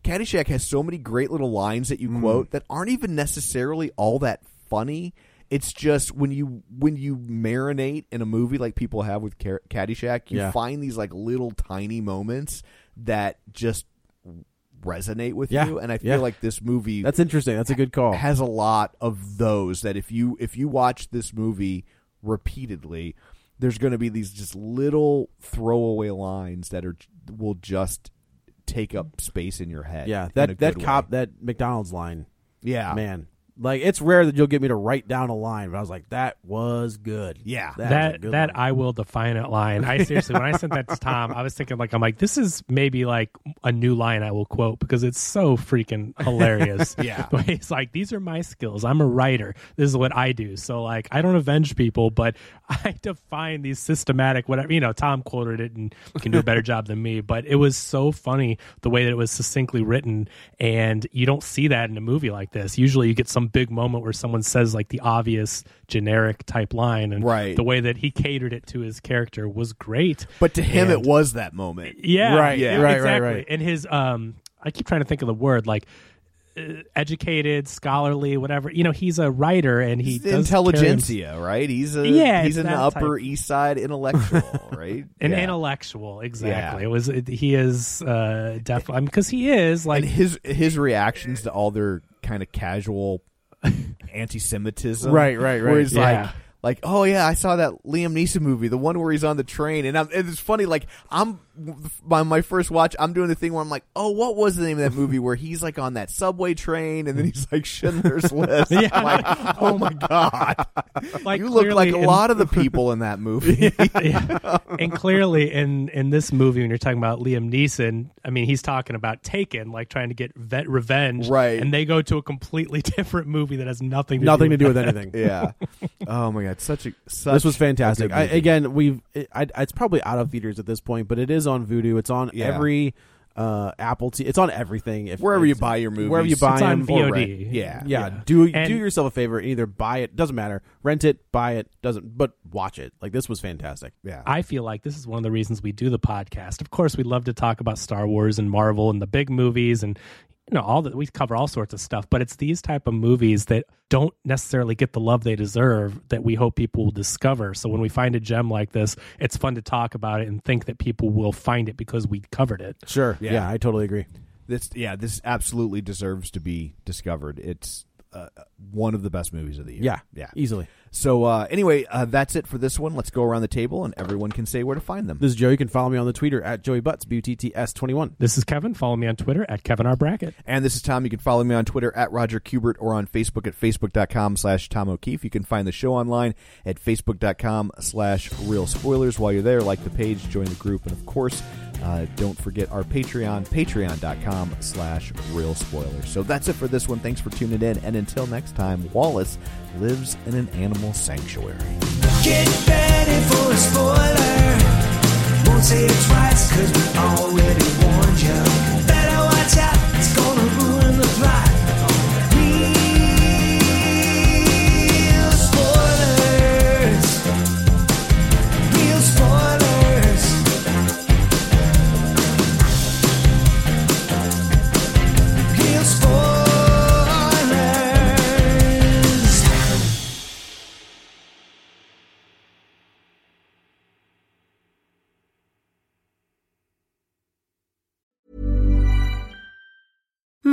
Speaker 2: Caddyshack has so many great little lines that you quote that aren't even necessarily all that funny. It's just when you when you marinate in a movie like people have with Car- Caddyshack, you
Speaker 3: Yeah.
Speaker 2: find these like little tiny moments that just resonate with
Speaker 3: Yeah.
Speaker 2: you. And I feel
Speaker 3: Yeah.
Speaker 2: like this movie
Speaker 3: that's interesting. That's a good call.
Speaker 2: has a lot of those that if you if you watch this movie repeatedly there's going to be these just little throwaway lines that are will just take up space in your head
Speaker 3: yeah,
Speaker 2: in a
Speaker 3: that that
Speaker 2: good
Speaker 3: cop
Speaker 2: way.
Speaker 3: that McDonald's line.
Speaker 2: yeah
Speaker 3: Man, Like it's rare that you'll get me to write down a line, but I was like, that was good.
Speaker 2: Yeah.
Speaker 3: was a
Speaker 4: that
Speaker 3: good
Speaker 4: that
Speaker 3: line.
Speaker 4: I will define it line. I seriously, when I sent that to Tom, I was thinking like I'm like this is maybe like a new line I will quote because it's so freaking hilarious.
Speaker 2: Yeah.
Speaker 4: The way it's like these are my skills. I'm a writer. This is what I do. So like I don't avenge people, but I define these systematic whatever. You know, Tom quoted it and can do a better job than me, but it was so funny the way that it was succinctly written, and you don't see that in a movie like this. Usually, you get some big moment where someone says like the obvious generic type line, and
Speaker 2: Right.
Speaker 4: the way that he catered it to his character was great.
Speaker 2: But to him,
Speaker 4: And-
Speaker 2: it was that moment.
Speaker 4: yeah,
Speaker 3: Right,
Speaker 4: yeah,
Speaker 3: right, right,
Speaker 4: exactly.
Speaker 3: right.
Speaker 4: And his um, I keep trying to think of the word like uh, educated, scholarly, whatever. You know, he's a writer and he
Speaker 2: He's
Speaker 4: does carry him-
Speaker 2: intelligentsia, right? He's a
Speaker 4: Yeah,
Speaker 2: he's
Speaker 4: it's
Speaker 2: an
Speaker 4: that
Speaker 2: Upper
Speaker 4: type.
Speaker 2: East Side intellectual, right?
Speaker 4: An
Speaker 2: Yeah.
Speaker 4: intellectual, exactly. It was it, he is uh, definitely because he is like
Speaker 2: and his his reactions to all their kind of casual anti-Semitism,
Speaker 3: Right, right,
Speaker 2: Where
Speaker 3: right.
Speaker 2: he's
Speaker 4: Yeah.
Speaker 2: like, like, oh yeah, I saw that Liam Neeson movie, the one where he's on the train, and I'm, and it's funny. Like I'm by my first watch, I'm doing the thing where I'm like, oh, what was the name of that movie where he's like on that subway train, and then he's like Schindler's List.
Speaker 4: Yeah.
Speaker 2: I'm like, oh my god,
Speaker 4: Like,
Speaker 2: you look like a
Speaker 4: clearly in-
Speaker 2: lot of the people in that movie.
Speaker 4: yeah. And clearly, in in this movie, when you're talking about Liam Neeson, I mean, he's talking about Taken, like trying to get vet revenge,
Speaker 2: Right.
Speaker 4: And they go to a completely different movie that has nothing to
Speaker 3: nothing
Speaker 4: do
Speaker 3: to do
Speaker 4: with
Speaker 3: with anything.
Speaker 2: yeah. Oh my god, such a such
Speaker 3: This was
Speaker 2: a
Speaker 3: fantastic.
Speaker 2: good
Speaker 3: I,
Speaker 2: movie.
Speaker 3: again, we've it, I, it's probably out of theaters at this point, but it is on Vudu. It's on
Speaker 2: Yeah.
Speaker 3: every uh, Apple. T- it's on everything. If
Speaker 2: wherever you
Speaker 3: it's-
Speaker 2: buy your movies,
Speaker 3: wherever you buy
Speaker 4: It's on
Speaker 3: them or
Speaker 4: VOD.
Speaker 3: rent.
Speaker 2: Yeah.
Speaker 3: yeah.
Speaker 4: Yeah.
Speaker 3: Do
Speaker 4: And-
Speaker 3: do yourself a favor. Either buy it, doesn't matter. Rent it, buy it, doesn't. But watch it. Like this was fantastic.
Speaker 2: Yeah.
Speaker 4: I feel like this is one of the reasons we do the podcast. Of course, we love to talk about Star Wars and Marvel and the big movies and you know all that we cover all sorts of stuff, but it's these type of movies that don't necessarily get the love they deserve that we hope people will discover. So when we find a gem like this, it's fun to talk about it and think that people will find it because we covered it.
Speaker 3: Sure. Yeah.
Speaker 2: Yeah,
Speaker 3: I totally agree.
Speaker 2: This yeah, this absolutely deserves to be discovered. It's uh, one of the best movies of the year.
Speaker 3: Yeah.
Speaker 2: yeah.
Speaker 3: Easily.
Speaker 2: So uh, anyway, uh, that's it for this one. Let's go around the table and everyone can say where to find them.
Speaker 3: This is Joe. You can follow me on the Twitter at Joey Butts B U T T S twenty one.
Speaker 4: This is Kevin. Follow me on Twitter at Kevin R Brackett.
Speaker 2: And this is Tom. You can follow me on Twitter at Roger Kubert or on Facebook at Facebook.com slash Tom O'Keefe. You can find the show online at Facebook.com slash Real Spoilers. While you're there, like the page, join the group, and of course, uh, don't forget our Patreon, patreon.com slash Real Spoilers. So that's it for this one. Thanks for tuning in. And until next time, Wallace lives in an animal sanctuary.
Speaker 1: Get ready for a spoiler. Won't say it twice, cause we already warned you. Better watch out, it's gonna ruin the plot. Real spoilers. Real spoilers. Real spoilers.